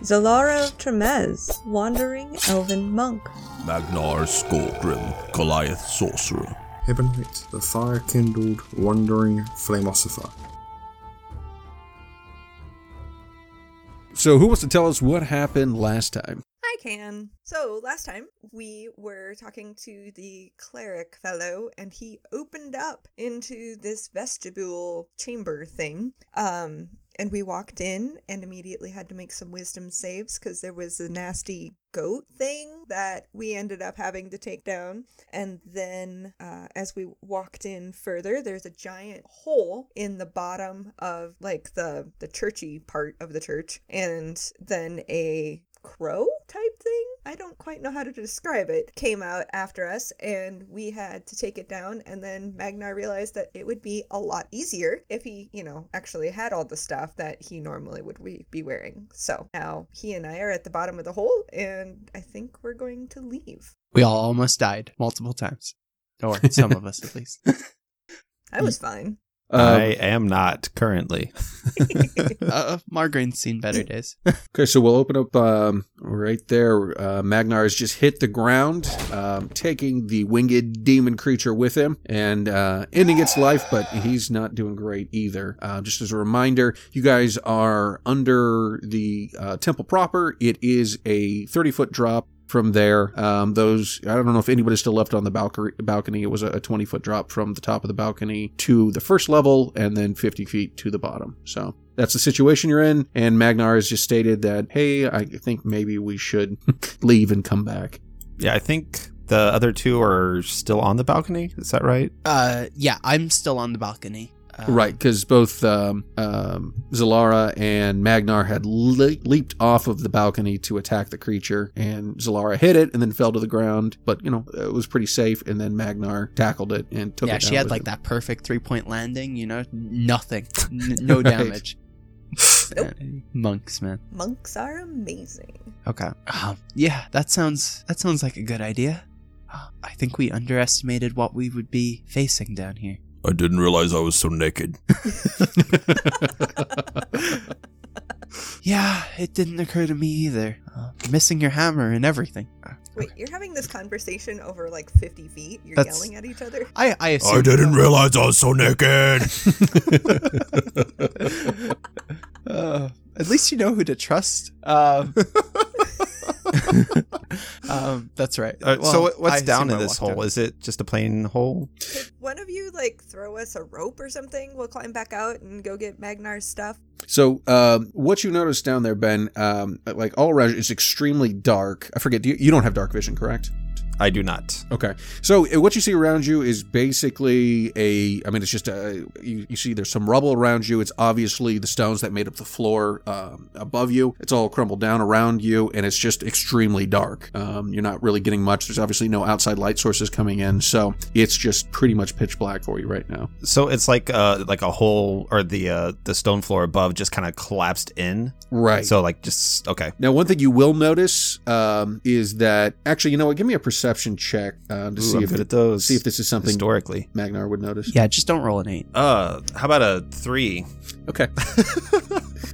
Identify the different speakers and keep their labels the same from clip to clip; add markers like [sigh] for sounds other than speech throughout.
Speaker 1: Zalara of Tremez, Wandering Elven Monk.
Speaker 2: Magnar Skulgrim, Goliath Sorcerer.
Speaker 3: Hibonite, the fire kindled, wandering flamosopher.
Speaker 4: So, who wants to tell us what happened last time?
Speaker 1: I can. So last time we were talking to the cleric fellow, and he opened up into this vestibule chamber thing. Um, and we walked in and immediately had to make some wisdom saves because there was a nasty goat thing that we ended up having to take down. And then uh, as we walked in further, there's a giant hole in the bottom of like the the churchy part of the church, and then a crow type thing. I don't quite know how to describe it. Came out after us and we had to take it down and then Magnar realized that it would be a lot easier if he, you know, actually had all the stuff that he normally would we- be wearing. So now he and I are at the bottom of the hole and I think we're going to leave.
Speaker 5: We all almost died multiple times. Or some of us at least.
Speaker 4: [laughs]
Speaker 1: I was fine.
Speaker 6: I
Speaker 4: Um,
Speaker 6: am not currently.
Speaker 5: [laughs] Uh, Margarine's seen better days.
Speaker 4: okay, so we'll open up um, right there. Uh, Magnar has just hit the ground, um, taking the winged demon creature with him and uh, ending its life, but he's not doing great either. Uh, just as a reminder, you guys are under the uh, temple proper. It is a 30 foot drop. From there, um, those I don't know if anybody's still left on the balcony. balcony. It was a, a 20 foot drop from the top of the balcony to the first level, and then 50 feet to the bottom. So that's the situation you're in. And Magnar has just stated that, hey, I think maybe we
Speaker 5: [laughs]
Speaker 4: should leave and come back.
Speaker 6: Yeah, I think the other two are still on the balcony. Is that right?
Speaker 5: Uh, yeah, I'm still on the balcony. Um,
Speaker 4: right, because both um, um, Zalara and Magnar had le- leaped off of the balcony to attack the creature, and Zalara hit it and then fell to the ground. But you know, it was pretty safe. And then Magnar tackled it and took.
Speaker 5: Yeah,
Speaker 4: it
Speaker 5: she
Speaker 4: down
Speaker 5: had
Speaker 4: with
Speaker 5: like
Speaker 4: him.
Speaker 5: that perfect three point landing, you know? Nothing. N- no
Speaker 4: [laughs] Right.
Speaker 5: damage. Man, Monks, man.
Speaker 1: [laughs] Monks are amazing.
Speaker 5: Okay. Um, yeah, that sounds that sounds like a good idea. Uh, I think we underestimated what we would be facing down here.
Speaker 2: I didn't realize I was so naked.
Speaker 4: [laughs]
Speaker 5: Yeah, it didn't occur to me either. Uh, missing your hammer and everything. Uh,
Speaker 1: Wait, you're having this conversation over like 50 feet? You're
Speaker 5: That's-
Speaker 1: yelling at each other? [laughs]
Speaker 5: I I assume
Speaker 2: I didn't realize I was so naked. [laughs]
Speaker 5: [laughs] Uh, at least you know who to trust. Um, [laughs] um, that's right.
Speaker 6: Uh, so
Speaker 5: Well,
Speaker 6: what- what's
Speaker 5: I
Speaker 6: down
Speaker 5: assume
Speaker 6: in
Speaker 5: I
Speaker 6: this
Speaker 5: walked
Speaker 6: hole? Is it just a plain hole?
Speaker 1: Could one of you like throw us a rope or something? We'll climb back out and go get Magnar's stuff.
Speaker 4: So, um, what you notice down there, Ben, um, like all around, is extremely dark. I forget. Do you, you don't have dark vision, correct?
Speaker 6: I do not.
Speaker 4: Okay. So uh, what you see around you is basically a. I mean, it's just a. You, you see, there's some rubble around you. It's obviously the stones that made up the floor um, above you. It's all crumbled down around you, and it's just extremely dark. Um, you're not really getting much. There's obviously no outside light sources coming in, so it's just pretty much pitch black for you right now.
Speaker 6: So it's like uh like a hole or the uh the stone floor above just kind of collapsed in.
Speaker 4: Right.
Speaker 6: So like just okay.
Speaker 4: Now, one thing you will notice um, is that actually, you know what? Give me a perception check uh, to
Speaker 6: Ooh,
Speaker 4: see
Speaker 6: I'm
Speaker 4: if
Speaker 6: good
Speaker 4: it-
Speaker 6: at those.
Speaker 4: see if this is something
Speaker 6: historically.
Speaker 4: Magnar would notice.
Speaker 5: Yeah, just don't roll an eight.
Speaker 6: Uh, how about a three?
Speaker 4: Okay. [laughs]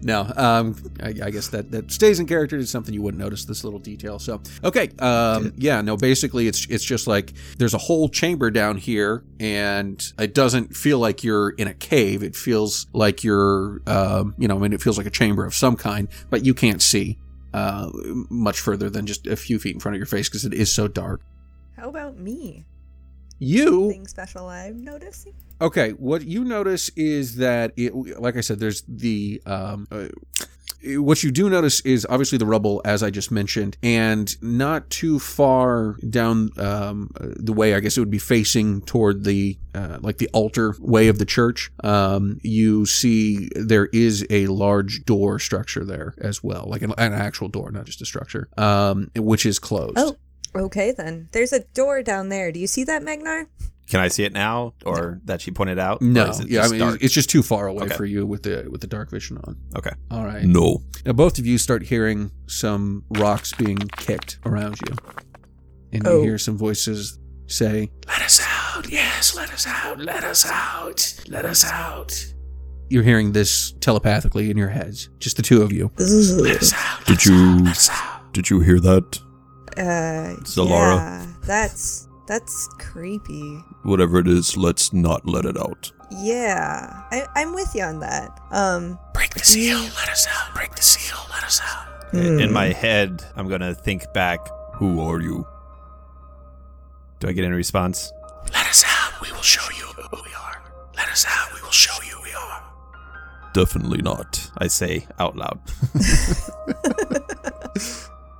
Speaker 4: no, um, I, I guess that, that stays in character. It's something you wouldn't notice this little detail. So, okay, um, yeah, no. Basically, it's it's just like there's a whole chamber down here, and it doesn't feel like you're in a cave. It feels like you're, um, you know, I mean, it feels like a chamber of some kind, but you can't see uh, much further than just a few feet in front of your face because it is so dark.
Speaker 1: How about me?
Speaker 4: You
Speaker 1: Something special I'm noticing?
Speaker 4: Okay, what you notice is that it, like I said, there's the um. Uh, what you do notice is obviously the rubble, as I just mentioned, and not too far down um, uh, the way. I guess it would be facing toward the uh, like the altar way of the church. Um, you see there is a large door structure there as well, like an, an actual door, not just a structure, um, which is closed.
Speaker 1: Oh. Okay, then. There's a door down there. Do you see that, Magnar?
Speaker 6: Can I see it now, or that she pointed out? Or
Speaker 4: No,
Speaker 6: is it
Speaker 4: yeah, I
Speaker 6: just
Speaker 4: mean
Speaker 6: dark?
Speaker 4: it's just too far away
Speaker 6: Okay.
Speaker 4: for you with the with the dark vision on.
Speaker 6: Okay.
Speaker 4: All right.
Speaker 2: No.
Speaker 4: Now both of you start hearing some rocks being kicked around you, and
Speaker 1: Oh.
Speaker 4: you hear some voices say,
Speaker 7: Let us out. Yes, let us out. Let us out. Let us out.
Speaker 4: "You're hearing this telepathically in your heads, just the two of you."
Speaker 2: Did
Speaker 6: Hmm.
Speaker 2: you Did you hear that?
Speaker 1: Uh,
Speaker 2: Zalara.
Speaker 1: Yeah, that's that's creepy.
Speaker 2: Whatever it is, let's not let it out.
Speaker 1: Yeah, I, I'm with you on that. Um,
Speaker 7: Break the seal. Let us out. Break the seal. Let us out.
Speaker 6: In
Speaker 1: hmm. [laughs]
Speaker 6: my head, I'm gonna think back.
Speaker 2: Who are you?
Speaker 6: Do I get any response?
Speaker 7: Let us out. We will show you who we are. Let us out. We will show you who we are.
Speaker 2: Definitely not.
Speaker 6: I say out loud. [laughs]
Speaker 1: uh,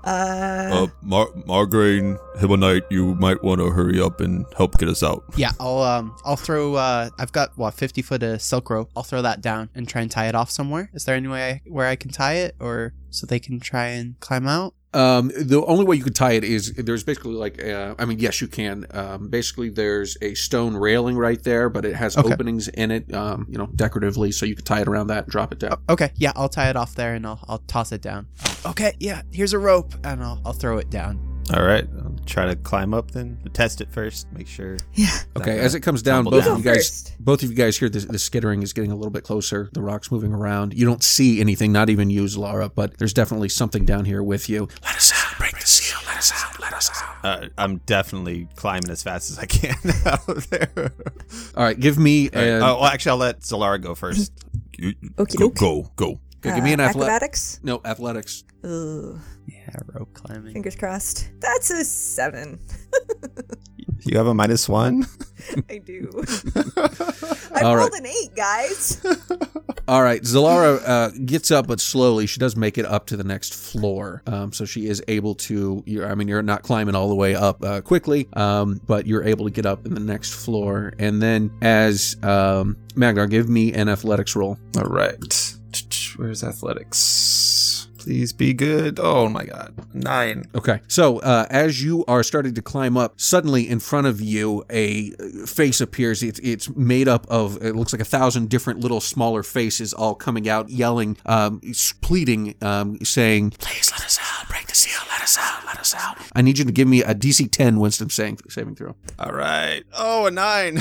Speaker 7: Oh,
Speaker 2: Uh, Mar- Margraine, Hibonite, you might want to hurry up and help get us out.
Speaker 5: Yeah, I'll um, I'll throw. Uh, I've got what fifty foot of silk rope. I'll throw that down and try and tie it off somewhere. Is there any way I, where I can tie it, or so they can try and climb out?
Speaker 4: Um, the only way you could tie it is there's basically like, uh, I mean, yes, you can. Um, basically, there's a stone railing right there, but it has
Speaker 5: Okay.
Speaker 4: openings in it, um, you know, decoratively, so you could tie it around that and drop it down.
Speaker 5: Okay, yeah, I'll tie it off there and I'll I'll toss it down. Okay, yeah, here's a rope, and I'll I'll throw it down.
Speaker 6: All right, I'll try to climb up then. Test it first. Make sure.
Speaker 1: yeah.
Speaker 4: Okay, as it comes down,
Speaker 6: Tumble
Speaker 4: both
Speaker 6: down.
Speaker 4: of you
Speaker 1: Go
Speaker 4: guys,
Speaker 1: first.
Speaker 4: both of you guys hear the, the skittering is getting a little bit closer. The rocks moving around. You don't see anything, not even you, Lara, but there's definitely something down here with you.
Speaker 7: Let us out. Break the seal. Let us out. Let us out.
Speaker 6: Uh, I'm definitely climbing as fast as I can [laughs] out of there.
Speaker 4: All right, give me a,
Speaker 6: oh, well, actually, I'll let Solara go first.
Speaker 2: You-
Speaker 1: Okie
Speaker 2: go,
Speaker 1: doke.
Speaker 2: go, go.
Speaker 4: okay, give me an
Speaker 1: Uh,
Speaker 4: athletics.
Speaker 1: acrobatics.
Speaker 4: no, athletics.
Speaker 1: Ooh,
Speaker 5: Yeah, rope climbing.
Speaker 1: fingers crossed. That's a seven. [laughs]
Speaker 6: You have a minus one.
Speaker 1: I
Speaker 4: [laughs]
Speaker 1: do. I
Speaker 4: All
Speaker 1: rolled an eight, guys.
Speaker 4: [laughs]
Speaker 1: [laughs]
Speaker 4: All right, Zalara uh, gets up, but slowly. She does make it up to the next floor, um, so she is able to. You're, I mean, you're not climbing all the way up uh, quickly, um, but you're able to get up in the next floor. And then, as um, Magnar, give me an athletics roll.
Speaker 8: All right. Where's athletics? Please be good. Oh my god. Nine.
Speaker 4: Okay. So uh, as you are starting to climb up, suddenly in front of you a uh, face appears. It's it's made up of it looks like a thousand different little smaller faces, all coming out, yelling, um, s- pleading, um, saying,
Speaker 7: Please let us out. Break the seal. Let us out. Let us out.
Speaker 4: "I need you to give me a DC 10 Winston saving saving throw."
Speaker 6: All right. Oh, a nine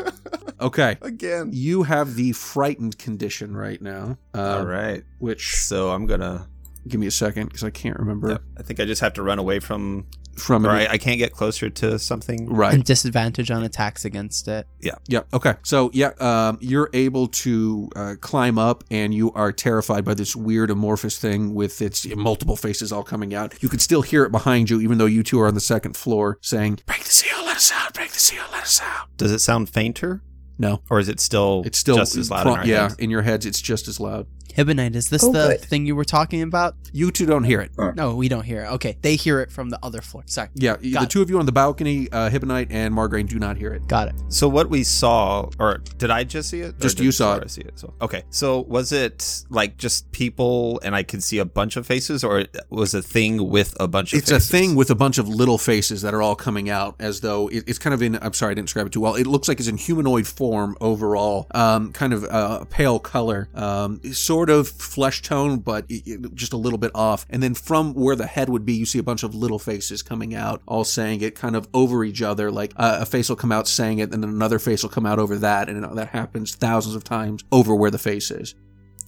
Speaker 6: [laughs]
Speaker 4: Okay.
Speaker 6: again.
Speaker 4: You have the frightened condition right now. Uh,
Speaker 6: All right.
Speaker 4: Which
Speaker 6: So I'm gonna.
Speaker 4: give me a second because I can't remember
Speaker 6: I think I just have to run away from.
Speaker 4: from it.
Speaker 6: Or I, I can't get closer to something.
Speaker 4: Right.
Speaker 5: And disadvantage on attacks against it.
Speaker 4: Yeah. Okay. So yeah, um, you're able to uh, climb up, and you are terrified by this weird amorphous thing with its multiple faces all coming out. You can still hear it behind you, even though you two are on the second floor, saying
Speaker 7: Break the seal. Let us out. Break the seal. Let us out.
Speaker 6: Does it sound fainter,
Speaker 4: no.
Speaker 6: or is it still?
Speaker 4: It's still
Speaker 6: just as loud.
Speaker 4: pro-
Speaker 6: in our
Speaker 4: yeah,
Speaker 6: heads?
Speaker 4: in your heads, it's just as loud.
Speaker 5: Hibonite, is this
Speaker 1: Oh,
Speaker 5: the
Speaker 1: good.
Speaker 5: thing you were talking about?
Speaker 4: You two don't hear it.
Speaker 5: No, we don't hear it. Okay, they hear it from the other floor. Sorry.
Speaker 4: Yeah, the
Speaker 5: Got
Speaker 4: two of you on the balcony, uh, Hibonite and Margraine, do not hear it.
Speaker 5: Got it.
Speaker 6: So what we saw, or did I just see it? Or
Speaker 4: Just
Speaker 6: did
Speaker 4: you saw
Speaker 6: Sarah See it. So, okay. So was it like just people, and I could see a bunch of faces, or it was a thing with a bunch of?
Speaker 4: It's
Speaker 6: faces?
Speaker 4: a thing with a bunch of little faces that are all coming out as though it, it's kind of in. I'm sorry, I didn't describe it too well. It looks like it's in humanoid form overall, um, kind of uh, pale color, um, sort of flesh tone, but it, it- just a little bit off. And then from where the head would be, you see a bunch of little faces coming out, all saying it kind of over each other. Like uh, a face will come out saying it, and then another face will come out over that, and that happens thousands of times over where the face is.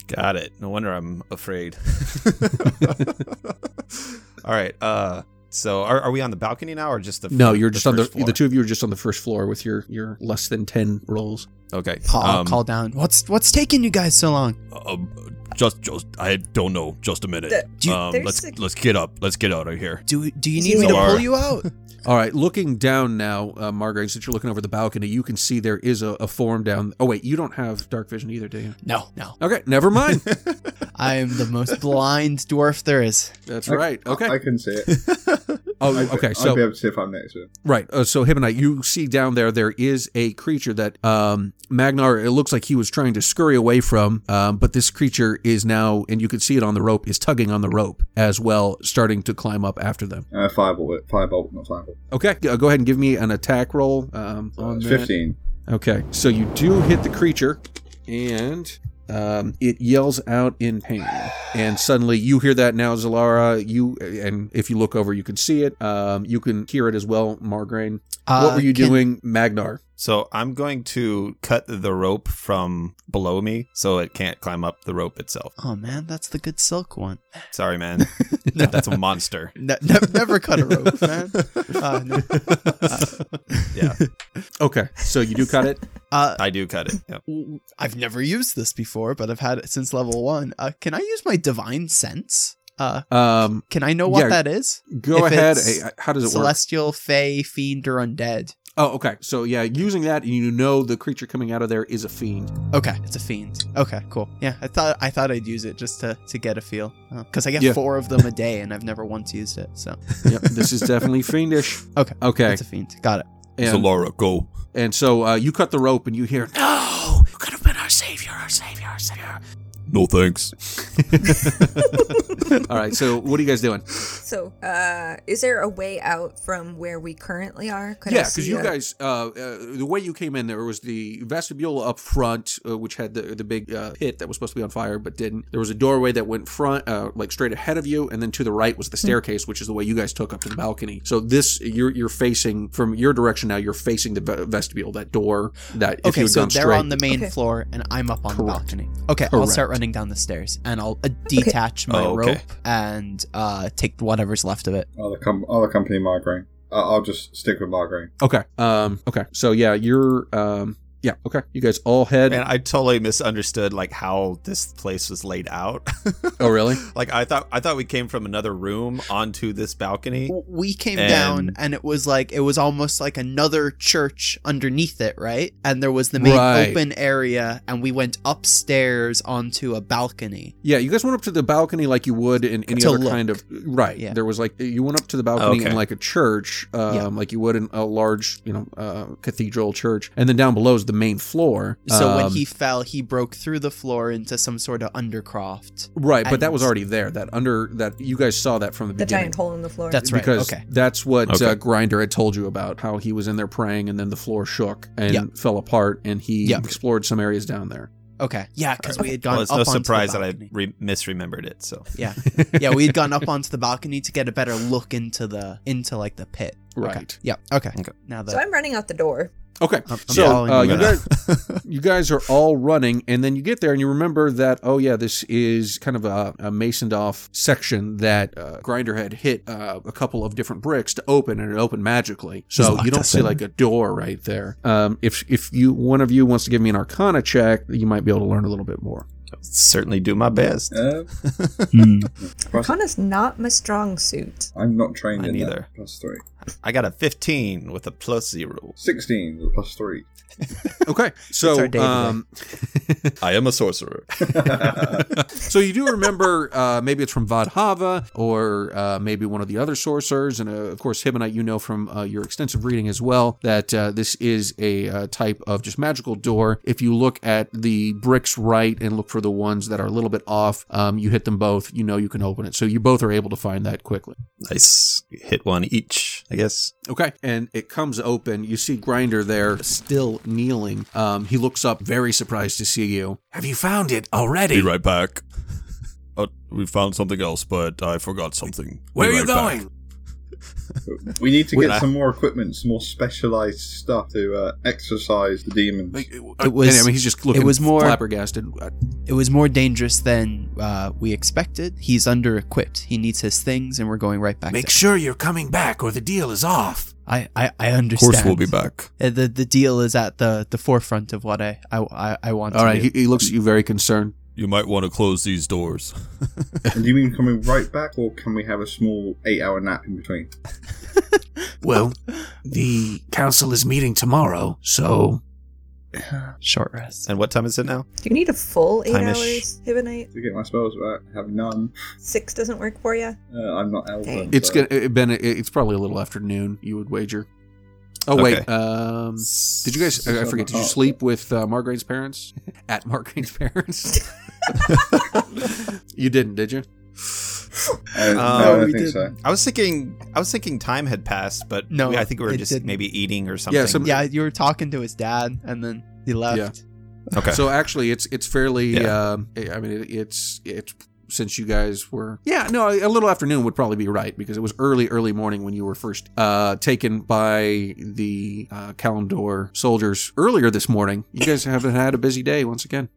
Speaker 6: Got it. No wonder I'm
Speaker 4: [laughs]
Speaker 6: afraid. All right. Uh. So are, are we on the balcony now, or just the?
Speaker 4: No,
Speaker 6: fir-
Speaker 4: you're just on the
Speaker 6: first floor?
Speaker 4: the two of you are just on the first floor with your your less than ten rolls.
Speaker 6: Okay.
Speaker 5: I'll
Speaker 6: um,
Speaker 5: call down. What's what's taking you guys so long?
Speaker 2: Um, just, just, I don't know. Just a minute.
Speaker 1: The-
Speaker 5: Do you-
Speaker 2: um,
Speaker 1: there's
Speaker 2: let's
Speaker 1: a-
Speaker 2: let's get up. Let's get out of here.
Speaker 5: Do do you
Speaker 1: Is
Speaker 5: need
Speaker 1: he
Speaker 5: me to
Speaker 2: okay?
Speaker 5: pull
Speaker 4: [laughs]
Speaker 5: you out?
Speaker 4: All right, looking down now, uh, Margaret, since you're looking over the balcony, you can see there is a, a form down. Oh, wait, you don't have dark vision either, do you?
Speaker 5: No, no.
Speaker 4: Okay, never
Speaker 3: [laughs]
Speaker 4: mind.
Speaker 5: I am the most blind dwarf there is.
Speaker 4: That's
Speaker 3: I-
Speaker 4: right. [laughs] Okay.
Speaker 3: I can see it.
Speaker 4: Oh,
Speaker 9: I'd be-
Speaker 4: okay, [laughs]
Speaker 9: I'd
Speaker 4: so-
Speaker 9: be able to see if I'm next to him.
Speaker 4: Right. Uh, so Hibonite, you see down there, there is a creature that um, Magnar. It looks like he was trying to scurry away from, um, but this creature is now, and you can see it on the rope, is tugging on the rope as well, starting to climb up after them.
Speaker 9: Uh, firebolt it. Firebolt, not firebolt.
Speaker 4: Okay, uh, go ahead and give me an attack roll. Um,
Speaker 3: Uh,
Speaker 4: on
Speaker 9: It's
Speaker 4: that.
Speaker 9: 15.
Speaker 4: Okay, so you do hit the creature, and um, it yells out in pain. And suddenly, you hear that now, Zalara. You and if you look over, you can see it. Um, you can hear it as well, Margraine. what
Speaker 5: Uh,
Speaker 4: were you
Speaker 5: can-
Speaker 4: doing,
Speaker 5: [laughs]
Speaker 4: Magnar?
Speaker 6: So I'm going to cut the rope from below me so it can't climb up the rope itself.
Speaker 5: Oh man, that's the good
Speaker 4: [laughs]
Speaker 5: silk one.
Speaker 6: Sorry, man.
Speaker 5: [laughs] No.
Speaker 6: That's a monster.
Speaker 5: Ne- ne- never cut a rope, man.
Speaker 4: [laughs]
Speaker 5: Uh, no.
Speaker 6: Yeah,
Speaker 4: Okay, so you do cut it.
Speaker 5: Uh,
Speaker 6: I do cut it. Yeah.
Speaker 5: w- I've never used this before, but I've had it since level one. Uh, can I use my divine sense? Uh,
Speaker 4: Um,
Speaker 5: can I know what
Speaker 4: Yeah.
Speaker 5: that is?
Speaker 4: go
Speaker 5: If
Speaker 4: ahead.
Speaker 5: it's
Speaker 4: Hey, uh, how does it work?
Speaker 5: Celestial, fey, fiend, or undead.
Speaker 4: Oh, okay. So yeah, using that, you know the creature coming out of there is a fiend.
Speaker 5: Okay, it's a fiend. Okay, cool. Yeah, I thought I thought I'd use it just to to get a feel because I get
Speaker 4: Yeah.
Speaker 5: four of them a day, and I've never once used it. So
Speaker 4: Yep, this is definitely fiendish.
Speaker 5: [laughs] Okay.
Speaker 4: Okay.
Speaker 5: it's a fiend. Got it.
Speaker 4: And,
Speaker 2: Zalara, go.
Speaker 4: and so uh, you cut the rope, and you hear
Speaker 7: No! You could have been our savior, our savior, our savior.
Speaker 2: No thanks.
Speaker 4: All right, so what are you guys doing?
Speaker 1: So, uh, is there a way out from where we currently are? Could I
Speaker 4: yeah, because
Speaker 1: see
Speaker 4: you
Speaker 1: a-
Speaker 4: guys, uh, uh, the way you came in, there was the vestibule up front, uh, which had the the big uh, pit that was supposed to be on fire but didn't. There was a doorway that went front, uh, like straight ahead of you, and then to the right was the
Speaker 5: Hmm.
Speaker 4: staircase, which is the way you guys took up to the balcony. So this, you're you're facing from your direction now. You're facing the ve- vestibule, that door. That if
Speaker 5: okay,
Speaker 4: you had
Speaker 5: so
Speaker 4: gone
Speaker 5: they're
Speaker 4: straight,
Speaker 5: on the main
Speaker 1: Okay.
Speaker 5: floor, and I'm up on
Speaker 4: Correct.
Speaker 5: the balcony. Okay, I'll
Speaker 4: Correct.
Speaker 5: start running down the stairs, and I'll uh, detach my
Speaker 6: Oh, okay.
Speaker 5: rope and uh, take whatever's left of it.
Speaker 9: I'll, com- I'll accompany migraine. I- I'll just stick with migraine.
Speaker 4: Okay. Um. Okay. So yeah, you're. Um. Yeah. Okay. You guys all head.
Speaker 6: Man, I totally misunderstood like how this place was laid out. [laughs]
Speaker 4: Oh, really?
Speaker 6: like I thought I thought we came from another room onto this balcony.
Speaker 5: W- We came
Speaker 6: And-
Speaker 5: down, and it was like it was almost like another church underneath it, right? And there was the main
Speaker 4: Right.
Speaker 5: open area, and we went upstairs onto a balcony.
Speaker 4: Yeah, you guys went up to the balcony like you would in any
Speaker 5: To
Speaker 4: other
Speaker 5: look.
Speaker 4: kind of right.
Speaker 5: Yeah.
Speaker 4: There was like you went up to the balcony in
Speaker 6: Okay.
Speaker 4: like a church, um,
Speaker 5: Yeah.
Speaker 4: like you would in a large, you know, uh, cathedral church, and then down below is the main floor.
Speaker 5: So when
Speaker 4: Um,
Speaker 5: he fell, he broke through the floor into some sort of undercroft.
Speaker 4: right, but
Speaker 5: and-
Speaker 4: that was already there. That under that you guys saw that from the,
Speaker 1: the
Speaker 4: beginning.
Speaker 1: giant hole in the floor?
Speaker 5: That's right.
Speaker 4: because
Speaker 5: okay.
Speaker 4: that's what uh,
Speaker 2: Okay.
Speaker 4: Grinder had told you about how he was in there praying and then the floor shook and
Speaker 5: Yep.
Speaker 4: fell apart and he
Speaker 5: Yep.
Speaker 4: explored some areas down there.
Speaker 5: Okay. Yeah, because we had gone
Speaker 6: Well, it's
Speaker 5: up
Speaker 6: no
Speaker 5: onto
Speaker 6: surprise
Speaker 5: the
Speaker 6: that I
Speaker 5: balcony.
Speaker 6: re- misremembered it.
Speaker 5: [laughs]
Speaker 6: So
Speaker 5: Yeah. [laughs] yeah, we had gone up onto the balcony to get a better look into the into like the pit. Okay.
Speaker 4: [laughs] Right.
Speaker 5: Yeah. Okay.
Speaker 6: Okay.
Speaker 5: Now that
Speaker 1: So I'm running out the door.
Speaker 4: Okay.
Speaker 5: I'm- I'm
Speaker 4: so
Speaker 5: following
Speaker 4: uh,
Speaker 5: you.
Speaker 4: you
Speaker 5: I'm
Speaker 4: guys, you guys are all running, and then you get there and you remember that, oh, yeah, this is kind of a, a masoned off section that uh, Grinder had hit uh, a couple of different bricks to open, and it opened magically. So
Speaker 5: locked
Speaker 4: you don't
Speaker 5: us
Speaker 4: see
Speaker 5: in.
Speaker 4: like a door right there. Um, if if you one of you wants to give me an Arcana check, you might be able to learn a little bit
Speaker 5: [laughs]
Speaker 4: more.
Speaker 6: certainly do my best.
Speaker 9: Uh, plus,
Speaker 1: Arcana's not my strong suit.
Speaker 9: I'm not trained
Speaker 6: Mine
Speaker 9: in
Speaker 6: either.
Speaker 9: that. Plus three.
Speaker 6: [laughs] I got a 15 with a plus zero.
Speaker 9: 16 with a plus
Speaker 4: [laughs]
Speaker 9: three.
Speaker 4: Okay, so
Speaker 5: our day
Speaker 4: um,
Speaker 6: I am a
Speaker 5: [laughs]
Speaker 6: sorcerer.
Speaker 4: [laughs] So you do remember, uh, maybe it's from Vadhava or uh, maybe one of the other sorcerers, and uh, of course Hibonite, you know from uh, your extensive reading as well that uh, this is a uh, type of just magical door. If you look at the bricks right and look for the ones that are a little bit off, um, you hit them both. You know you can open it, so you both are able to find that quickly.
Speaker 6: Nice. Hit one each, I guess.
Speaker 4: Okay, and it comes open. You see Grinder there, still kneeling. Um, he looks up, very surprised to see you.
Speaker 7: Have you found it already?
Speaker 2: Be right back. [laughs] Uh, we found something else, but I forgot something. Be
Speaker 7: Where are you
Speaker 2: right back.
Speaker 7: going?
Speaker 9: We need to
Speaker 6: We-
Speaker 9: get some more equipment, some more specialized stuff to uh, exercise the demons.
Speaker 7: Like, uh,
Speaker 5: It was
Speaker 4: and, I mean, he's just looking.
Speaker 5: was more-
Speaker 4: flabbergasted. Uh,
Speaker 5: it was more dangerous than uh, we expected. He's under equipped. He needs his things, and we're going right back.
Speaker 7: make
Speaker 5: down.
Speaker 7: sure you're coming back or the deal is off.
Speaker 5: I, I I
Speaker 2: Of
Speaker 5: understand.
Speaker 2: course, we'll be back.
Speaker 5: Uh, The the deal is at the the forefront of what I I I, I want.
Speaker 4: All
Speaker 5: to
Speaker 4: right,
Speaker 5: do.
Speaker 4: he, he looks at you very concerned.
Speaker 2: You might want to close these doors. [laughs]
Speaker 9: And do you mean coming right back, or can we have a small eight-hour nap in between?
Speaker 7: Well, the council is meeting tomorrow, so
Speaker 5: [sighs] Short rest.
Speaker 6: And what time is it now?
Speaker 1: Do you need a full 8
Speaker 6: Time-ish.
Speaker 1: hours, Hibonite?
Speaker 9: To get my spells back, I have none.
Speaker 1: Six doesn't work for you?
Speaker 9: Uh, I'm not elven.
Speaker 1: Dang.
Speaker 4: It's
Speaker 9: so-
Speaker 4: gonna it, Ben. It, it's probably a little after noon. You would wager. Oh wait.
Speaker 6: Okay.
Speaker 4: Um, did you guys? I I forget. Did you sleep with uh, Margarine's parents? [laughs] At Margarine's parents? [laughs] you didn't, did you?
Speaker 9: Uh,
Speaker 4: Oh,
Speaker 9: no, I
Speaker 6: Um,
Speaker 9: don't
Speaker 5: we
Speaker 9: think
Speaker 5: did-
Speaker 9: so.
Speaker 6: I was thinking I was thinking time had passed, but
Speaker 5: No,
Speaker 6: we- I think we were
Speaker 5: it
Speaker 6: just
Speaker 5: didn't.
Speaker 6: maybe eating or something.
Speaker 4: some-
Speaker 5: Yeah, you were talking to his dad, and then he left.
Speaker 6: Okay.
Speaker 4: So actually, it's it's fairly.
Speaker 6: Yeah.
Speaker 4: um I mean, it, it's it's since you guys were. Yeah, no, a little afternoon would probably be right because it was early, early morning when you were first uh, taken by the uh, Kalimdor soldiers earlier this morning. You [laughs] guys haven't had a busy day once again.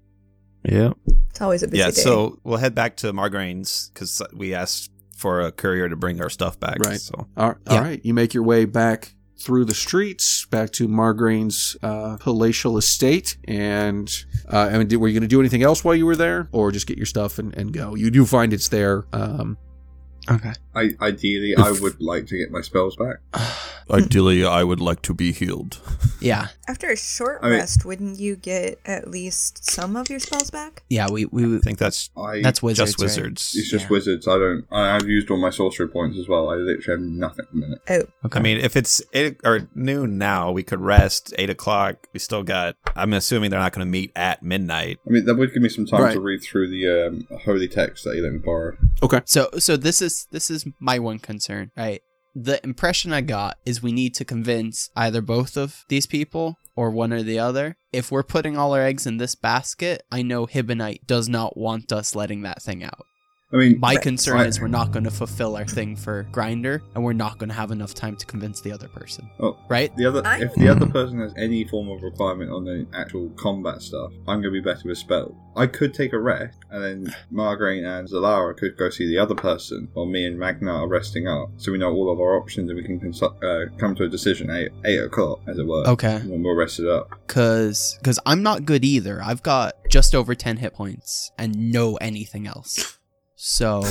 Speaker 8: Yeah.
Speaker 1: It's always a busy
Speaker 6: yeah,
Speaker 1: day.
Speaker 6: so we'll head back to Margarine's because we asked for a courier to bring our stuff back.
Speaker 4: Right.
Speaker 6: So
Speaker 4: All right,
Speaker 5: Yeah.
Speaker 4: all right. You make your way back through the streets, back to Margarine's uh, palatial estate. And uh, I mean, did, were you going to do anything else while you were there, or just get your stuff and, and go? You do find it's there. Um,
Speaker 5: Okay.
Speaker 9: I, ideally, I would like to get my spells back.
Speaker 2: Ideally, I would like to be healed.
Speaker 5: Yeah.
Speaker 1: After a short
Speaker 9: I mean-
Speaker 1: rest, wouldn't you get at least some of your spells back?
Speaker 5: Yeah. We we.
Speaker 6: I think that's
Speaker 9: I
Speaker 5: That's wizards.
Speaker 6: just
Speaker 5: right?
Speaker 6: wizards.
Speaker 9: it's just
Speaker 5: yeah.
Speaker 9: wizards. I don't. I, I've used all my sorcery points as well. I literally have nothing at the minute.
Speaker 1: Oh,
Speaker 5: Okay.
Speaker 6: I mean, if it's eight or noon now, we could rest. Eight o'clock, we still got. I'm assuming they're not going to meet at midnight.
Speaker 9: I mean, that would give me some time
Speaker 4: Right.
Speaker 9: to read through the um, holy text that he let me borrow.
Speaker 5: So so this is this is my one concern, right? The impression I got is we need to convince either both of these people or one or the other. If we're putting all our eggs in this basket, I know Hibonite does not want us letting that thing out.
Speaker 9: I mean,
Speaker 5: My
Speaker 9: right,
Speaker 5: concern
Speaker 9: right.
Speaker 5: is we're not going to fulfill our thing for Grinder, and we're not going to have enough time to convince the other person.
Speaker 9: Oh.
Speaker 5: Right?
Speaker 9: The other,
Speaker 1: I-
Speaker 9: if the
Speaker 5: Hmm.
Speaker 9: other person has any form of requirement on the actual combat stuff, I'm going to be better with spells. I could take a rest, and then Margarine and Zalara could go see the other person, while me and Magna are resting up, so we know all of our options and we can consu- uh, come to a decision at eight, eight o'clock, as it were,
Speaker 5: Okay.
Speaker 9: when we're rested up.
Speaker 5: Cause, cause I'm not good either. I've got just over ten hit points and no anything else.
Speaker 9: [laughs]
Speaker 5: So,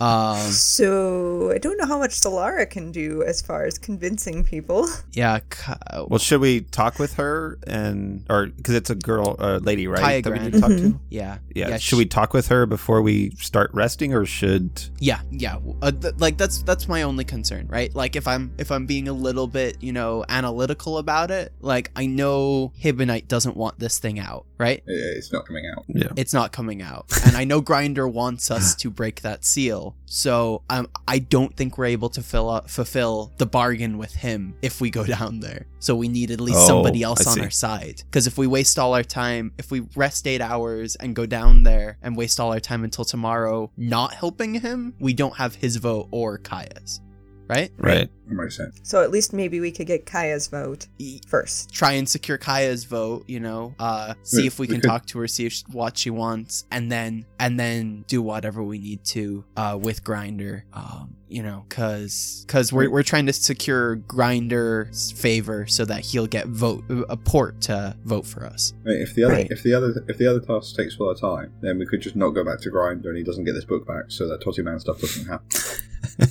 Speaker 5: um,
Speaker 1: so I don't know how much Solara can do as far as convincing people. [laughs]
Speaker 5: yeah, uh, Ka-
Speaker 6: Well, should we talk with her and or because it's a girl, uh, lady, right?
Speaker 5: Kaya
Speaker 6: that we need
Speaker 5: Grand. Mm-hmm.
Speaker 6: to talk
Speaker 1: Mhm.
Speaker 6: to.
Speaker 5: yeah,
Speaker 6: Yeah.
Speaker 5: Yeah,
Speaker 6: Should
Speaker 5: sh-
Speaker 6: we talk with her before we start resting, or should?
Speaker 5: yeah, yeah. Uh, th- like that's that's my only concern, right? Like if I'm if I'm being a little bit you know analytical about it, like I know Hibonite doesn't want this thing out, right?
Speaker 9: It, it's not coming out.
Speaker 5: It's not coming out, and I know Grinder wants us to break that seal. So um, I don't think we're able to fill up, fulfill the bargain with him if we go [laughs] down there. So we need at least
Speaker 6: Oh,
Speaker 5: somebody else
Speaker 6: I
Speaker 5: on
Speaker 6: see.
Speaker 5: our side, because if we waste all our time, if we rest eight hours and go down there and waste all our time until tomorrow not helping him, we don't have his vote or Kaya's, right?
Speaker 6: Right.
Speaker 9: That makes sense.
Speaker 1: So at least maybe we could get Kaya's vote
Speaker 5: E-
Speaker 1: first.
Speaker 5: try and secure Kaya's vote, you know, uh, see
Speaker 9: Right,
Speaker 5: if we
Speaker 9: we
Speaker 5: can
Speaker 9: could-
Speaker 5: talk to her, see if she, what she wants, and then and then do whatever we need to uh, with Grinder, um, you know, because because we're we're trying to secure Grinder's favor so that he'll get vote a port to vote for us.
Speaker 9: I mean, if the other,
Speaker 5: Right.
Speaker 9: if the other, if the other task takes all our time, then we could just not go back to Grinder, and he doesn't get this book back, so that Totty Man stuff
Speaker 5: [laughs]
Speaker 9: doesn't happen.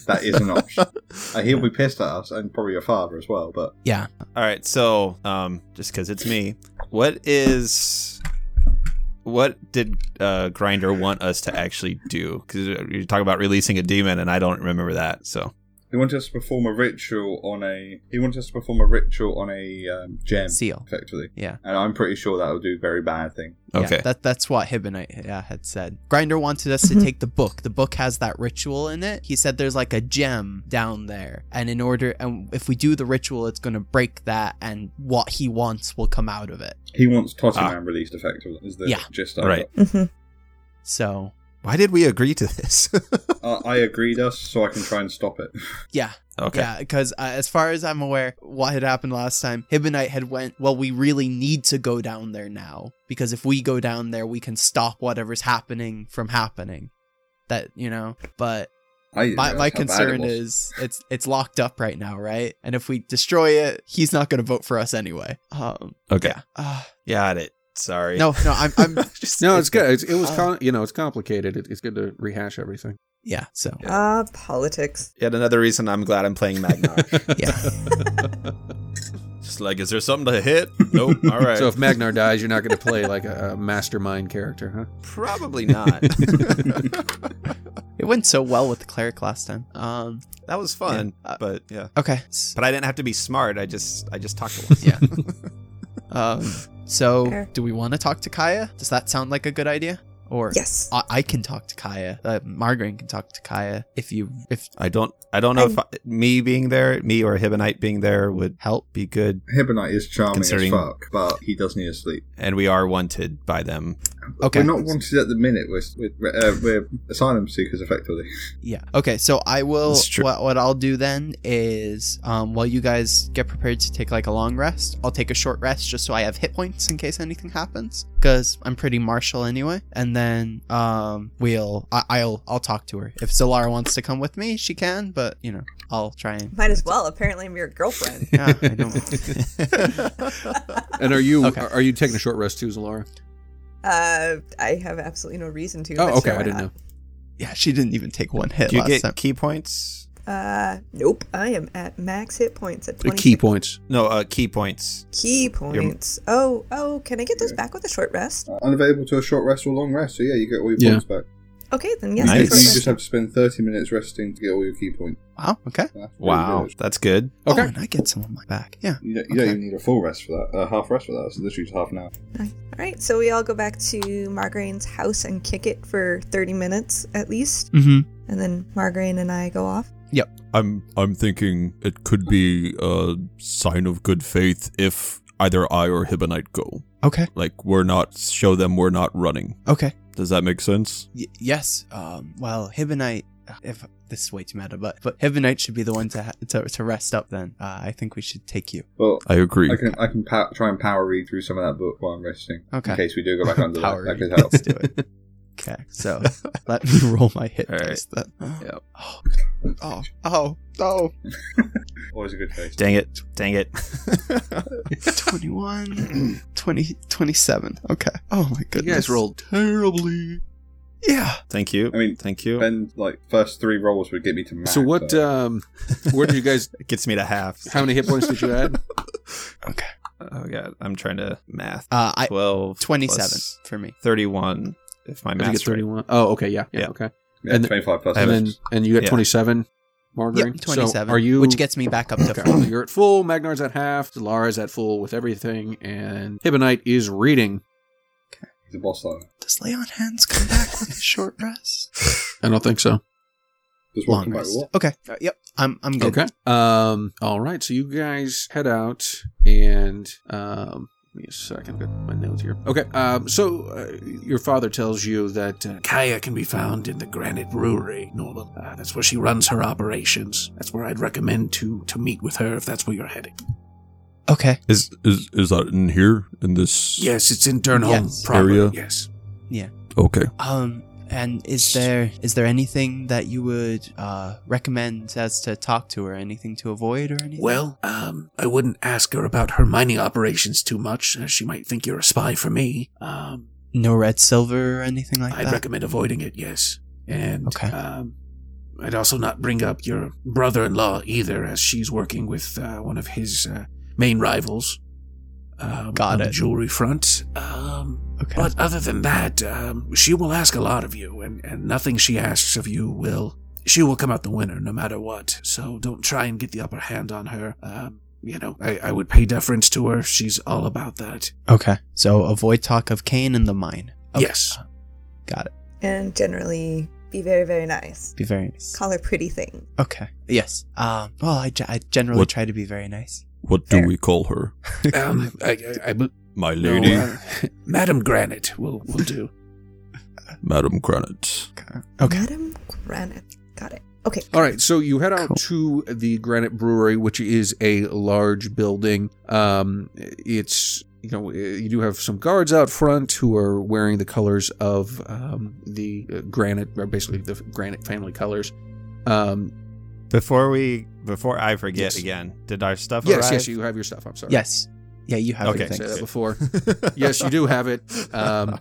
Speaker 9: that is an option. Uh, he'll be pissed at us, and probably your father as well. But
Speaker 5: Yeah,
Speaker 6: All right. So, um, just because it's me, what is what did uh, Grinder want us to actually do? Because you're talking about releasing a demon, and I don't remember that. So,
Speaker 9: he wanted us to perform a ritual on a. He wanted us to perform a ritual on a um, gem,
Speaker 5: seal.
Speaker 9: effectively,
Speaker 5: Yeah.
Speaker 9: and I'm pretty sure that will do a very bad thing.
Speaker 6: okay.
Speaker 5: Yeah, that that's what Hibonite yeah, had said. Grinder wanted us
Speaker 6: [laughs]
Speaker 5: to
Speaker 1: Mhm.
Speaker 5: take the book. The book has that ritual in it. He said there's like a gem down there, and in order, and if we do the ritual, it's gonna break that, and what he wants will come out of it.
Speaker 9: He wants Totty
Speaker 6: Ah.
Speaker 9: Man released, effectively. Is the
Speaker 5: Yeah.
Speaker 9: gist of
Speaker 6: Right.
Speaker 9: it.
Speaker 1: Mm-hmm.
Speaker 5: So
Speaker 6: Why did we agree to this?
Speaker 9: Uh, I agreed us, so I can try and stop it. [laughs]
Speaker 5: yeah,
Speaker 6: okay.
Speaker 5: yeah, because uh, as far as I'm aware, what had happened last time, Hibonite had went. Well, we really need to go down there now because if we go down there, we can stop whatever's happening from happening. That you know, but
Speaker 9: I didn't
Speaker 5: my,
Speaker 9: realise
Speaker 5: my
Speaker 9: how bad it
Speaker 5: concern
Speaker 9: was.
Speaker 5: is it's it's locked up right now, right? And if we destroy it, he's not going to vote for us anyway. Um,
Speaker 6: Okay.
Speaker 5: yeah. Uh,
Speaker 6: Got it. Sorry.
Speaker 5: no, no, I'm, I'm just
Speaker 4: No, it's good. Ah. It's, it was
Speaker 5: Uh,
Speaker 4: con- you know it's complicated. It, it's good to rehash [laughs] everything.
Speaker 5: yeah. So
Speaker 1: Ah, politics.
Speaker 6: [laughs] Yet another reason I'm glad I'm playing Magnar.
Speaker 5: yeah,
Speaker 6: Just Just like, is there something to hit? Nope. [laughs] All right.
Speaker 4: So if Magnar dies, you're not going to play like a, a mastermind character, huh?
Speaker 6: Probably [laughs] not.
Speaker 5: It went so well with the cleric last time. Um,
Speaker 6: that was fun,
Speaker 5: Yeah. Uh,
Speaker 6: but yeah.
Speaker 5: okay.
Speaker 6: But I didn't have to be smart. I just I just talked a lot.
Speaker 5: Yeah. Um, so
Speaker 1: Fair.
Speaker 5: do we want to talk to Kaya? Does that sound like a good idea? Or
Speaker 1: Yes.
Speaker 5: I, I can talk to Kaya. Uh, Margarine can talk to Kaya if you if
Speaker 6: I don't I don't know if I, me being there, me or Hibonite being there would
Speaker 5: help.
Speaker 6: be good.
Speaker 9: Hibonite is charming
Speaker 6: Considering-
Speaker 9: as fuck, but he does need to sleep.
Speaker 6: And we are wanted by them.
Speaker 5: Okay.
Speaker 9: We're not wanted at the minute. We're we're, uh, we're asylum seekers, effectively.
Speaker 5: Yeah. Okay. So I will.
Speaker 6: That's true.
Speaker 5: What, what I'll do then is, um, while you guys get prepared to take like a long rest, I'll take a short rest just so I have hit points in case anything happens, because I'm pretty martial anyway. And then, um, we'll, I, I'll, I'll talk to her. If Solara wants to come with me, she can. But you know, I'll try and.
Speaker 1: Might
Speaker 5: [laughs]
Speaker 1: as well. Apparently, I'm your girlfriend.
Speaker 4: [laughs] Ah,
Speaker 5: Yeah, I know.
Speaker 4: And are you
Speaker 5: Okay.
Speaker 4: are you taking a short rest too, Zalara?
Speaker 1: Uh, I have absolutely no reason to.
Speaker 4: Oh,
Speaker 1: but
Speaker 4: okay.
Speaker 1: sure,
Speaker 4: I
Speaker 1: why
Speaker 4: didn't know.
Speaker 1: not?
Speaker 5: yeah, she didn't even take one hit
Speaker 6: Do you
Speaker 5: last
Speaker 6: get
Speaker 5: time.
Speaker 6: key points?
Speaker 1: Uh, nope. I am at max hit points at
Speaker 4: The
Speaker 1: 20
Speaker 4: key points.
Speaker 6: No, uh, key points.
Speaker 1: Key points. Oh, oh. Can I get those back with a short rest?
Speaker 9: Uh, unavailable to a short rest or long rest, so yeah, you get all your
Speaker 4: Yeah.
Speaker 9: points back.
Speaker 1: Okay, then yes.
Speaker 6: Nice.
Speaker 1: a
Speaker 9: You
Speaker 1: Short
Speaker 9: just
Speaker 1: rest.
Speaker 9: have to spend 30 minutes resting to get all your key points.
Speaker 5: Wow. Okay.
Speaker 9: That's pretty
Speaker 6: Wow,
Speaker 9: good.
Speaker 6: that's good.
Speaker 5: Okay.
Speaker 4: Okay.
Speaker 5: Oh, and I get some on my back. Yeah.
Speaker 9: You, don't, you don't
Speaker 5: Okay.
Speaker 9: even need a full rest for that, uh, half rest for that. It's literally just half an hour.
Speaker 1: Nice. All right. So we all go back to Margarine's house and kick it for 30 minutes at least,
Speaker 5: Mm-hmm.
Speaker 1: and then Margarine and I go off.
Speaker 2: I'm I'm thinking it could be a sign of good faith if either I or Hibonite go.
Speaker 5: Okay.
Speaker 2: Like we're not show them we're not running.
Speaker 5: Okay.
Speaker 2: Does that make sense?
Speaker 5: Y- yes. Um, well, Hibonite. If this is way too meta, but but Hibonite should be the one to ha- to, to rest up. Then uh, I think we should take you.
Speaker 9: Well,
Speaker 2: I agree.
Speaker 9: I can I can pow- try and power read through some of that book while I'm resting.
Speaker 5: Okay.
Speaker 9: In case we do
Speaker 5: [laughs]
Speaker 9: go back under that.
Speaker 5: Power
Speaker 9: That could
Speaker 5: read.
Speaker 9: help.
Speaker 5: Let's do it. Okay, so let me [laughs] roll my hit
Speaker 6: All right.
Speaker 5: dice then.
Speaker 6: Yep.
Speaker 5: [gasps] Oh, oh, oh, oh.
Speaker 9: Always a good face.
Speaker 6: Dang it! Dang [laughs] it!
Speaker 5: 21, 20, 27. Okay. Oh my goodness.
Speaker 4: terribly.
Speaker 5: Yeah.
Speaker 6: Thank you.
Speaker 9: I mean,
Speaker 6: thank you.
Speaker 9: Then, like, first three rolls would get me to max.
Speaker 4: So what?
Speaker 9: so-
Speaker 5: uh,
Speaker 4: Um, where did you
Speaker 5: [laughs]
Speaker 4: guys?
Speaker 6: it gets me to half.
Speaker 4: How many hit points did you add?
Speaker 6: Oh god, I'm trying to math.
Speaker 5: Uh, I
Speaker 6: Twelve.
Speaker 5: 27
Speaker 6: plus
Speaker 5: for me.
Speaker 6: Thirty-one. If my
Speaker 4: I think
Speaker 6: math
Speaker 4: it's
Speaker 6: right.
Speaker 4: thirty-one. Oh, okay, yeah, yeah,
Speaker 6: Yeah.
Speaker 4: okay.
Speaker 9: yeah,
Speaker 4: and then-
Speaker 9: 25 plus
Speaker 4: And
Speaker 9: six.
Speaker 4: then and you got
Speaker 6: Yeah.
Speaker 4: twenty-seven, Margarine.
Speaker 5: Yep, 27.
Speaker 4: So are you?
Speaker 5: Which gets me back up to
Speaker 4: Okay,
Speaker 5: full.
Speaker 4: You're at full. Magnar's at half. Zalara's at full with everything, and Hibonite is reading.
Speaker 9: He's a boss though.
Speaker 5: Does lay on hands come back with a short rest?
Speaker 4: [laughs] I don't think so.
Speaker 9: Just
Speaker 5: Long
Speaker 9: walking back.
Speaker 5: rest.
Speaker 9: What?
Speaker 5: Okay. Uh, yep. I'm I'm good.
Speaker 4: Okay. Um. All right. So you guys head out and um. Give me a second. I've got my notes here. Okay. Um. So uh, your father tells you that uh, Kaya can be found in the Granite Brewery, Norman. Uh, that's where she runs her operations. That's where I'd recommend to to meet with her if that's where you're heading.
Speaker 5: Okay.
Speaker 2: Is is is that in here in this?
Speaker 4: Yes, it's in Durnholm
Speaker 5: Yes.
Speaker 4: proper.
Speaker 2: Area.
Speaker 4: Yes.
Speaker 2: Okay.
Speaker 5: Um and is there is there anything that you would uh recommend as to talk to her? Anything to avoid or anything?
Speaker 10: Well, um, I wouldn't ask her about her mining operations too much.
Speaker 4: Uh,
Speaker 10: as She might think you're a spy for me. Um,
Speaker 5: no red silver or anything like
Speaker 10: I'd
Speaker 5: that.
Speaker 10: recommend avoiding it, yes. And
Speaker 5: Okay.
Speaker 10: um, I'd also not bring up your brother in law either, as she's working with uh, one of his uh, main rivals. Um,
Speaker 5: Got
Speaker 10: on
Speaker 5: it.
Speaker 10: The jewelry front. Um,
Speaker 5: okay.
Speaker 10: But other than that, um, she will ask a lot of you, and, and nothing she asks of you will. She will come out the winner no matter what, so don't try and get the upper hand on her. Um, you know, I, I would pay deference to her. She's all about
Speaker 5: [laughs]
Speaker 10: that.
Speaker 5: Okay. So avoid talk of Cain and the mine. Okay.
Speaker 10: Yes.
Speaker 5: Got it.
Speaker 1: And generally, be very, very nice.
Speaker 5: Be very nice.
Speaker 1: Call her pretty thing.
Speaker 5: Okay. Yes. Um well I, ge- I generally
Speaker 2: What-
Speaker 5: try to be very nice.
Speaker 2: What do
Speaker 1: Fair.
Speaker 2: we call her?
Speaker 10: Um, I, I, I, bu-
Speaker 2: My
Speaker 10: no,
Speaker 2: lady,
Speaker 10: [laughs] uh, Madam Granite will will do.
Speaker 2: Madam Granite.
Speaker 5: Okay. Okay.
Speaker 1: Madam Granite. Got it. Okay.
Speaker 4: [laughs] All right, so you head out to the Granite Brewery, which is a large building. Um, it's you know you do have some guards out front who are wearing the colors of um, the uh, Granite, or basically the Granite family colors. Um,
Speaker 6: Before we, before I forget
Speaker 4: Yes.
Speaker 6: again, did our stuff
Speaker 4: yes,
Speaker 6: arrive?
Speaker 4: yes, you have your stuff. I'm sorry.
Speaker 5: Yes. Yeah, you have
Speaker 6: Okay.
Speaker 4: I didn't
Speaker 5: everything.
Speaker 4: say that before. yes, you do have it. Um,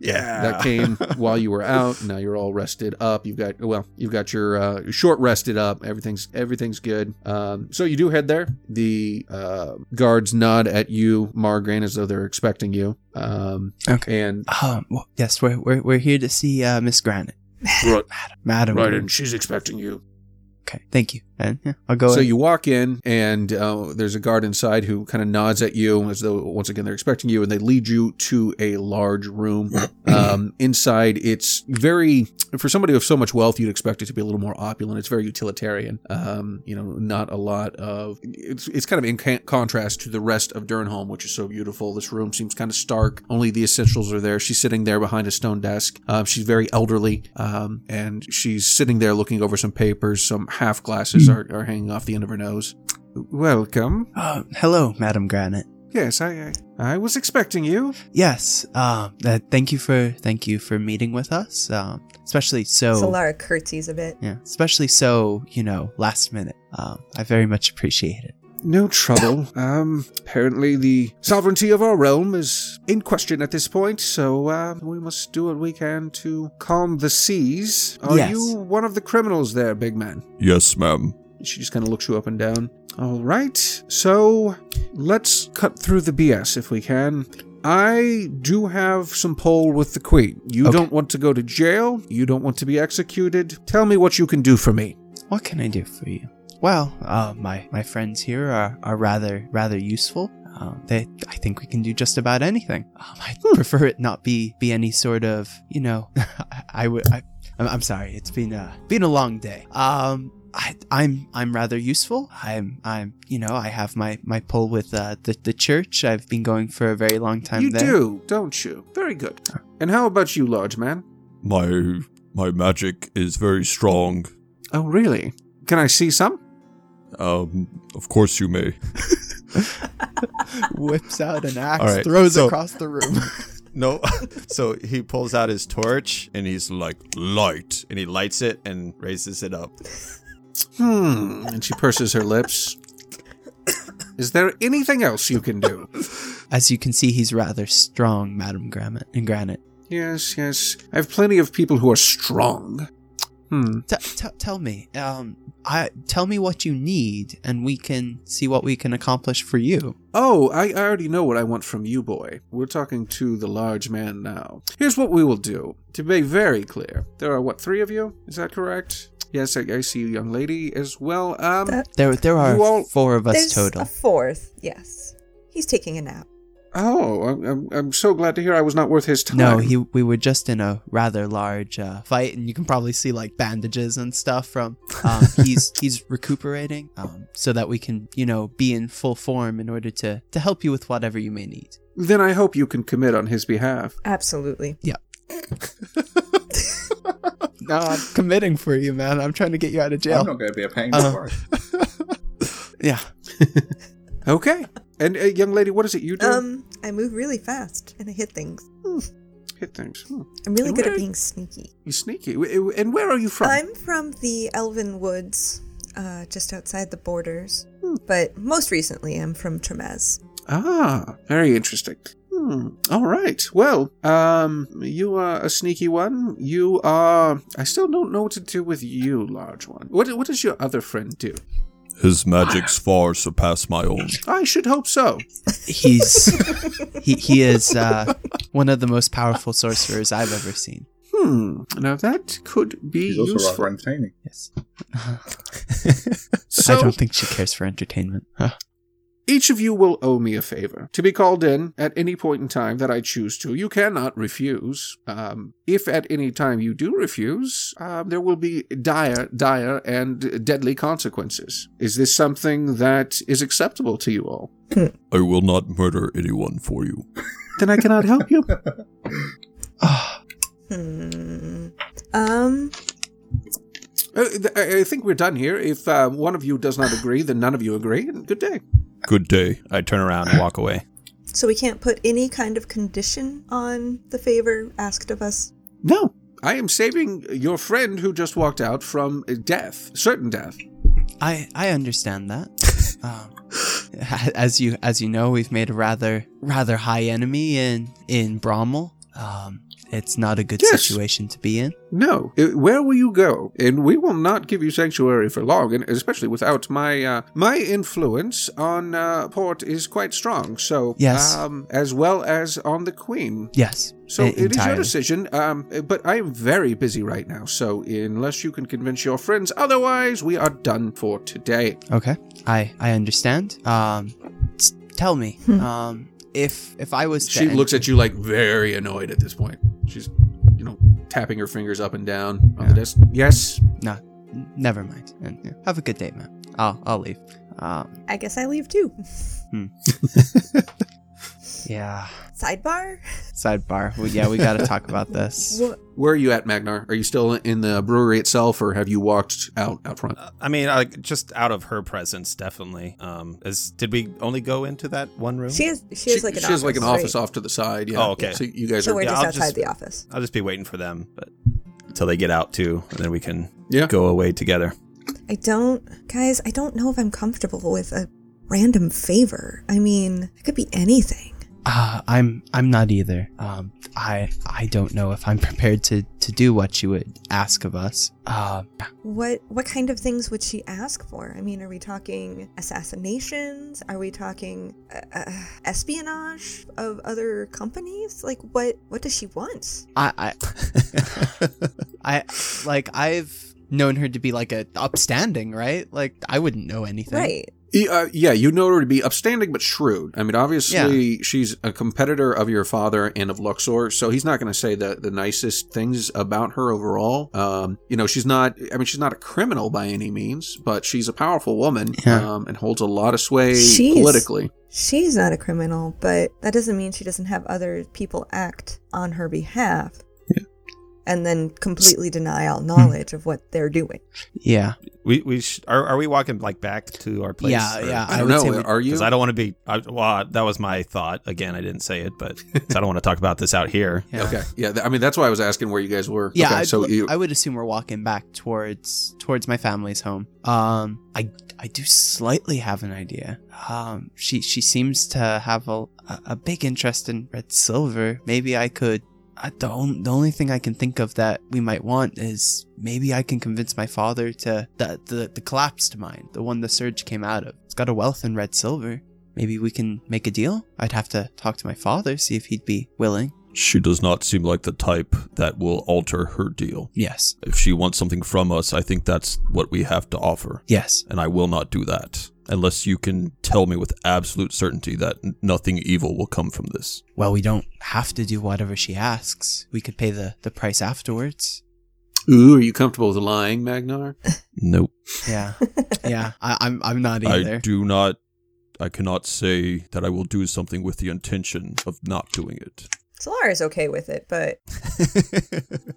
Speaker 6: Yeah.
Speaker 4: that came while you were out. Now you're all rested up. You've got well, you've got your uh, short rested up. Everything's everything's good. Um, so you do head there. The uh, guards nod at you, Margrain, as though they're expecting you. Um,
Speaker 5: Okay.
Speaker 4: and
Speaker 5: Um, well, yes, we're, we're, we're here to see uh, Miss Granite.
Speaker 10: Right,
Speaker 5: [laughs] Madam.
Speaker 10: right, and she's expecting you.
Speaker 5: Okay, thank you. And yeah, I'll go
Speaker 4: so
Speaker 5: in.
Speaker 4: you walk in, and uh, there's a guard inside who kind of nods at you as though once again they're expecting you, and they lead you to a large room. um, inside, it's very for somebody with so much wealth, you'd expect it to be a little more opulent. It's very utilitarian. Um, you know, not a lot of it's. It's kind of in ca- contrast to the rest of Durnholm, which is so beautiful. This room seems kind of stark. Only the essentials are there. She's sitting there behind a stone desk. Um, she's very elderly, um, and she's sitting there looking over some papers. Some half glasses are, are hanging off the end of her nose. Welcome.
Speaker 5: Uh, hello, Madam Granite.
Speaker 4: Yes, I, I I was expecting you.
Speaker 5: Yes. Um. Uh, thank you for thank you for meeting with us. Um. Especially so.
Speaker 4: Oh.
Speaker 1: Solara curtsies a bit.
Speaker 5: Yeah. Especially so. You know, last minute. Um. I very much appreciate it.
Speaker 4: No
Speaker 5: [coughs]
Speaker 4: trouble. um, apparently the sovereignty of our realm is in question at this point, so uh, we must do what we can to calm the seas. Are
Speaker 5: Yes.
Speaker 4: you one of the criminals there, big man?
Speaker 2: Yes, ma'am.
Speaker 4: She just kind of looks you up and down. All right, so let's cut through the BS if we can. I do have some poll with the queen. You
Speaker 5: Okay.
Speaker 4: don't want to go to jail. You don't want to be executed. Tell me what you can do for me.
Speaker 5: What can I do for you? Well, uh, my my friends here are, are rather rather useful. Um, they, I think we can do just about anything. Um, I
Speaker 6: Hmm.
Speaker 5: prefer it not be be any sort of you know. [laughs] I, I would. I, I'm, I'm sorry. It's been a been a long day. Um, I, I'm I'm rather useful. I'm I'm you know I have my my pull with uh, the the church. I've been going for a very long time.
Speaker 4: you
Speaker 5: there.
Speaker 4: do, don't you? Very good. And how about you, large man?
Speaker 2: My my magic is very strong.
Speaker 4: Oh, really? Can I see some?
Speaker 2: Um, of course you may.
Speaker 5: [laughs] Whips out an axe,
Speaker 6: All right,
Speaker 5: throws
Speaker 6: so-
Speaker 5: across the room. [laughs]
Speaker 6: No. [laughs] so he pulls out his torch and he's like, light. And he lights it and raises it up.
Speaker 4: Hmm. And she purses her lips. Is there anything else you can do?
Speaker 5: As you can see, he's rather strong, Madam Granite. And Granite.
Speaker 4: Yes, yes. I have plenty of people who are strong. Hmm.
Speaker 5: T- t- tell me, um, I tell me what you need, and we can see what we can accomplish for you.
Speaker 4: Oh, I, I already know what I want from you, boy. We're talking to the large man now. Here's what we will do. To be very clear, there are, what, three of you? Is that correct? Yes, I, I see you, young lady, as well. Um,
Speaker 1: That-
Speaker 5: There, there are
Speaker 4: You all-
Speaker 5: four of us
Speaker 1: There's
Speaker 5: total.
Speaker 1: a fourth, yes. He's taking a nap.
Speaker 4: oh, I'm, I'm, I'm so glad to hear I was not worth his time.
Speaker 5: no, he, we were just in a rather large uh, fight, and you can probably see like bandages and stuff from. [laughs] Um, he's he's recuperating, um, so that we can you know be in full form in order to to help you with whatever you may need.
Speaker 4: Then I hope you can commit on his behalf.
Speaker 1: Absolutely.
Speaker 5: No, I'm committing for you, man. I'm trying to get you out of
Speaker 9: I'm not going to be a pain.
Speaker 5: Uh,
Speaker 9: Don't worry.
Speaker 5: Yeah.
Speaker 4: Okay. And uh, young lady, what is it you do?
Speaker 1: Um, I move really fast and I hit things.
Speaker 4: Hit things. Hmm.
Speaker 1: I'm really good at
Speaker 4: Alright.
Speaker 1: being sneaky.
Speaker 4: You sneaky. W- w- And where are you from?
Speaker 1: I'm from the Elven Woods, uh, just outside the borders. But most recently, I'm from [laughs] Tremez.
Speaker 4: ah, very interesting. Hmm. All right. Well, um, you are a sneaky one. You are. I still don't know what to do with you, large one. What What does your other friend do?
Speaker 2: His magic's far surpass my own.
Speaker 4: I should hope so.
Speaker 5: he's he, he is uh, one of the most powerful sorcerers I've ever seen.
Speaker 4: Hmm. Now that could be
Speaker 9: He's also rather
Speaker 4: useful.
Speaker 9: entertaining.
Speaker 5: Yes.
Speaker 4: So
Speaker 5: I don't think she cares for entertainment. Huh.
Speaker 4: each of you will owe me a favor to be called in at any point in time that I choose to. You cannot refuse. Um, if at any time you do refuse, um, there will be dire, dire, and deadly consequences. Is this something that is acceptable to you all?
Speaker 2: I will not murder anyone for you.
Speaker 4: Then I cannot help [laughs] you.
Speaker 5: Ah,
Speaker 1: Hmm. Um,
Speaker 4: Uh, th- I I think we're done here. If uh, one of you does not agree, then none of you agree. And good day.
Speaker 6: Good day. I turn around and walk away.
Speaker 1: so we can't put any kind of condition on the favor asked of us.
Speaker 4: No, I am saving your friend who just walked out from uh, death, certain death.
Speaker 5: I I understand
Speaker 4: [laughs]
Speaker 5: that. Um, a- as you as you know, we've made a rather rather high enemy in in Brommel. Um, it's not a good
Speaker 4: Yes.
Speaker 5: situation to be in.
Speaker 4: No. Uh, Where will you go? And we will not give you sanctuary for long, and especially without my uh, my influence on uh, Port is quite strong. So
Speaker 5: Yes.
Speaker 4: um, as well as on the Queen.
Speaker 5: Yes.
Speaker 4: So
Speaker 5: e-
Speaker 4: it is your
Speaker 5: entirely.
Speaker 4: decision. Um, but I am very busy right now. So unless you can convince your friends otherwise, we are done for today.
Speaker 5: Okay. I I understand. Um, s- tell me. um, if if I was to
Speaker 4: She
Speaker 5: en-
Speaker 4: looks at you like very annoyed at this point. She's you know tapping her fingers up and down on the desk. Yes.
Speaker 5: no, n- never mind. And, yeah, have a good day, man. I'll I'll leave. Um,
Speaker 1: I guess I leave too.
Speaker 5: yeah.
Speaker 1: Sidebar?
Speaker 5: Sidebar. Well, yeah, we got to talk about [laughs] this.
Speaker 1: What?
Speaker 4: Where are you at, Magnar? Are you still in the brewery itself, or have you walked out out front?
Speaker 6: Uh, I mean, I, just out of her presence, definitely. Um, is did we only go into that one room?
Speaker 1: She has she has like an
Speaker 4: she
Speaker 1: office.
Speaker 4: has like an office
Speaker 1: right?
Speaker 4: off to the side. Yeah.
Speaker 6: Oh, okay.
Speaker 4: So you guys
Speaker 1: So
Speaker 4: are.
Speaker 1: we're
Speaker 6: Yeah,
Speaker 1: just
Speaker 6: I'll
Speaker 1: outside
Speaker 6: just-
Speaker 1: the office.
Speaker 6: I'll just be waiting for them, but until they get out too, and then we can
Speaker 4: Yeah.
Speaker 6: go away together.
Speaker 1: I don't, guys. I don't know if I'm comfortable with a random favor. I mean, it could be anything.
Speaker 5: Uh, I'm I'm not either. Um, I I don't know if I'm [laughs] prepared to to do what you would ask of us. Uh,
Speaker 1: What what kind of things would she ask for? I mean, are we talking assassinations? Are we talking uh, uh, espionage of other companies? Like, what what does she want?
Speaker 5: I I I like I've known her to be like a upstanding, right? Like I wouldn't know anything.
Speaker 1: Right.
Speaker 4: E- uh, yeah, you know her to be upstanding but shrewd. I mean, obviously she's a competitor of your father and of Luxor, so he's not going to say the, the nicest things about her overall. Um, you know, she's not. I mean, she's not a criminal by any means, but she's a powerful woman
Speaker 5: Yeah.
Speaker 4: um, and holds a lot of sway
Speaker 1: She's-
Speaker 4: politically.
Speaker 1: She's not a criminal, but that doesn't mean she doesn't have other people act on her behalf. And then completely deny all knowledge of what they're doing.
Speaker 5: Yeah.
Speaker 6: We we sh- are are we walking like back to our place?
Speaker 5: Yeah, yeah.
Speaker 4: I
Speaker 5: I
Speaker 4: don't
Speaker 5: would say
Speaker 4: know.
Speaker 5: we-
Speaker 4: Are you?
Speaker 6: Because I don't want to be. I, well, I- that was my thought. Again, I didn't say it, but
Speaker 9: [laughs]
Speaker 6: 'cause I don't want to talk about this out here.
Speaker 5: Yeah.
Speaker 4: Okay. Yeah. th- I mean, that's why I was asking where you guys were.
Speaker 5: Yeah,
Speaker 4: Okay,
Speaker 5: I'd
Speaker 4: so
Speaker 5: l-
Speaker 4: you,
Speaker 5: I would assume we're walking back towards towards my family's home. Um, I I do slightly have an idea. Um, she she seems to have a a a big interest in red silver. Maybe I could. I, the on- the only thing I can think of that we might want is maybe I can convince my father to the the, the collapsed mine, the one the surge came out of. It's got a wealth in red silver. Maybe we can make a deal. I'd have to talk to my father, see if he'd be willing.
Speaker 2: She does not seem like the type that will alter her deal.
Speaker 5: Yes.
Speaker 2: If she wants something from us, I think that's what we have to offer.
Speaker 5: Yes.
Speaker 2: And I will not do that unless you can tell me with absolute certainty that n- nothing evil will come from this.
Speaker 5: Well, we don't have to do whatever she asks. We could pay the, the price afterwards.
Speaker 4: ooh, are you comfortable with lying, Magnar?
Speaker 2: Nope.
Speaker 5: Yeah. yeah. I, I'm I'm not
Speaker 2: I
Speaker 5: either.
Speaker 2: do not. I cannot say that I will do something with the intention of not doing it.
Speaker 1: Solar is okay with it,
Speaker 5: [laughs]
Speaker 1: but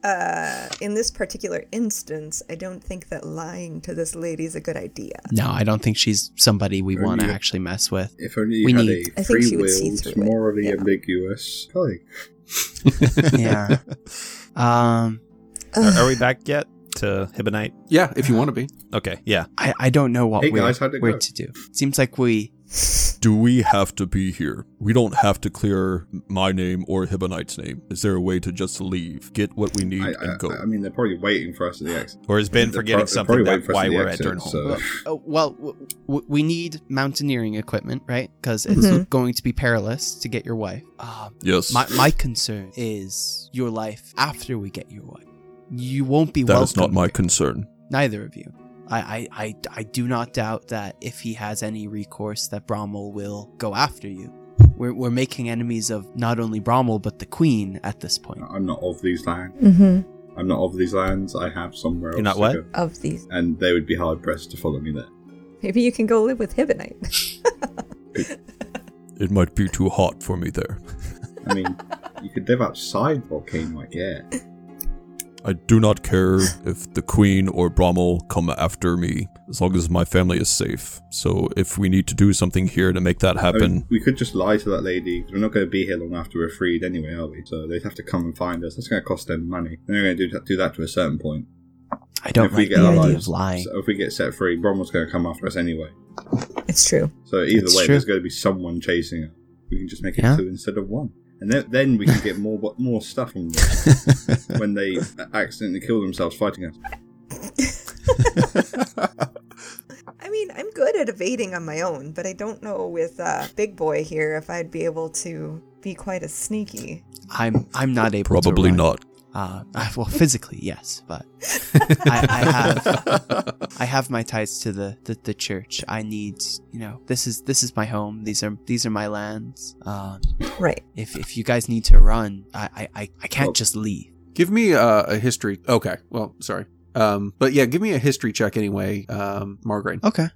Speaker 1: uh, in this particular instance, I don't think that lying to this lady is a good idea.
Speaker 5: No, I don't think she's somebody we
Speaker 9: Or
Speaker 5: want to
Speaker 9: you-
Speaker 5: actually mess
Speaker 9: [laughs]
Speaker 5: with.
Speaker 9: If only you
Speaker 5: We
Speaker 9: had
Speaker 5: need-
Speaker 9: a
Speaker 1: I think
Speaker 9: free
Speaker 1: she would see
Speaker 9: will,
Speaker 1: through it,
Speaker 9: morally
Speaker 1: yeah.
Speaker 9: ambiguous colleague.
Speaker 5: Yeah. [laughs] um
Speaker 6: Are, are we back yet to Hibonite?
Speaker 4: Yeah, if you want to be.
Speaker 6: Okay, yeah.
Speaker 5: I, I don't know what
Speaker 9: Hey,
Speaker 5: we're,
Speaker 9: guys, how'd it
Speaker 5: we're
Speaker 9: go?
Speaker 5: to do. Seems like we
Speaker 2: Do we have to be here? We don't have to clear my name or Hibonite's name. Is there a way to just leave, get what we need,
Speaker 9: I,
Speaker 2: and go?
Speaker 9: I, I mean, they're probably waiting for us at the exit.
Speaker 6: Or has Ben
Speaker 9: They're
Speaker 6: forgetting
Speaker 9: pro- they're
Speaker 6: something
Speaker 9: probably waiting
Speaker 6: that
Speaker 9: for us
Speaker 6: why
Speaker 9: in the
Speaker 6: we're
Speaker 9: exit,
Speaker 6: at Durnholm?
Speaker 9: so-
Speaker 5: well, uh, well w- w- we need mountaineering equipment, right? Cuz it's
Speaker 1: Mhm.
Speaker 5: going to be perilous to get your wife. Um
Speaker 2: yes.
Speaker 5: my my concern is your life after we get your wife. You won't be
Speaker 2: that
Speaker 5: welcome.
Speaker 2: is not my
Speaker 5: here.
Speaker 2: concern.
Speaker 5: neither of you. I, I, I, I do not doubt that if he has any recourse, that Brommel will go after you. We're, we're making enemies of not only Brommel, but the Queen at this point.
Speaker 9: I'm not of these lands.
Speaker 1: Mm-hmm.
Speaker 9: I'm not of these lands. I have somewhere
Speaker 6: You're
Speaker 9: else
Speaker 6: not what?
Speaker 9: to go.
Speaker 1: Of these.
Speaker 9: And they would be hard pressed to follow me there.
Speaker 1: Maybe you can go live with Hibonite. [laughs]
Speaker 2: It might be too hot for me there.
Speaker 1: [laughs]
Speaker 9: I mean, you could live outside Volcano, I guess.
Speaker 2: I do not care
Speaker 5: [laughs]
Speaker 2: if the Queen or Brommel come after me, as long as my family is safe. So if we need to do something here to make that
Speaker 9: I mean,
Speaker 2: happen,
Speaker 9: we could just lie to that lady. 'cause We're not going to be here long after we're freed anyway, are we? So they'd have to come and find us. That's going to cost them money. And they're going to do that, do that to a certain point.
Speaker 5: I don't
Speaker 9: if we
Speaker 5: like
Speaker 9: get
Speaker 5: the
Speaker 9: our
Speaker 5: idea
Speaker 9: lives,
Speaker 5: of lying.
Speaker 9: So if we get set free, Bromwell's going to come after us anyway.
Speaker 1: it's true.
Speaker 9: So either
Speaker 5: That's
Speaker 9: way,
Speaker 5: true.
Speaker 9: there's going to be someone chasing us. We can just make it
Speaker 5: Yeah.
Speaker 9: two instead of one. and then, then we can get more bo- more stuff from them
Speaker 5: [laughs]
Speaker 9: when they accidentally kill themselves fighting us.
Speaker 1: I mean, I'm good at evading on my own, but I don't know with uh, Big Boy here if I'd be able to be quite as sneaky.
Speaker 5: I'm I'm not able.
Speaker 2: Probably
Speaker 5: to run.
Speaker 2: not.
Speaker 5: Uh, [laughs] I- well, physically, yes, but [laughs] I, [laughs] I have I have my ties to the, the, the church. I need you know this is this is my home. These are these are my lands. Um,
Speaker 1: [laughs] Right.
Speaker 5: if if you guys need to run, I I, I, I can't just leave.
Speaker 4: [laughs] Give me uh, a history. Okay. Well, sorry. Um, but yeah, give me a history check anyway, um, Margarine.
Speaker 5: Okay.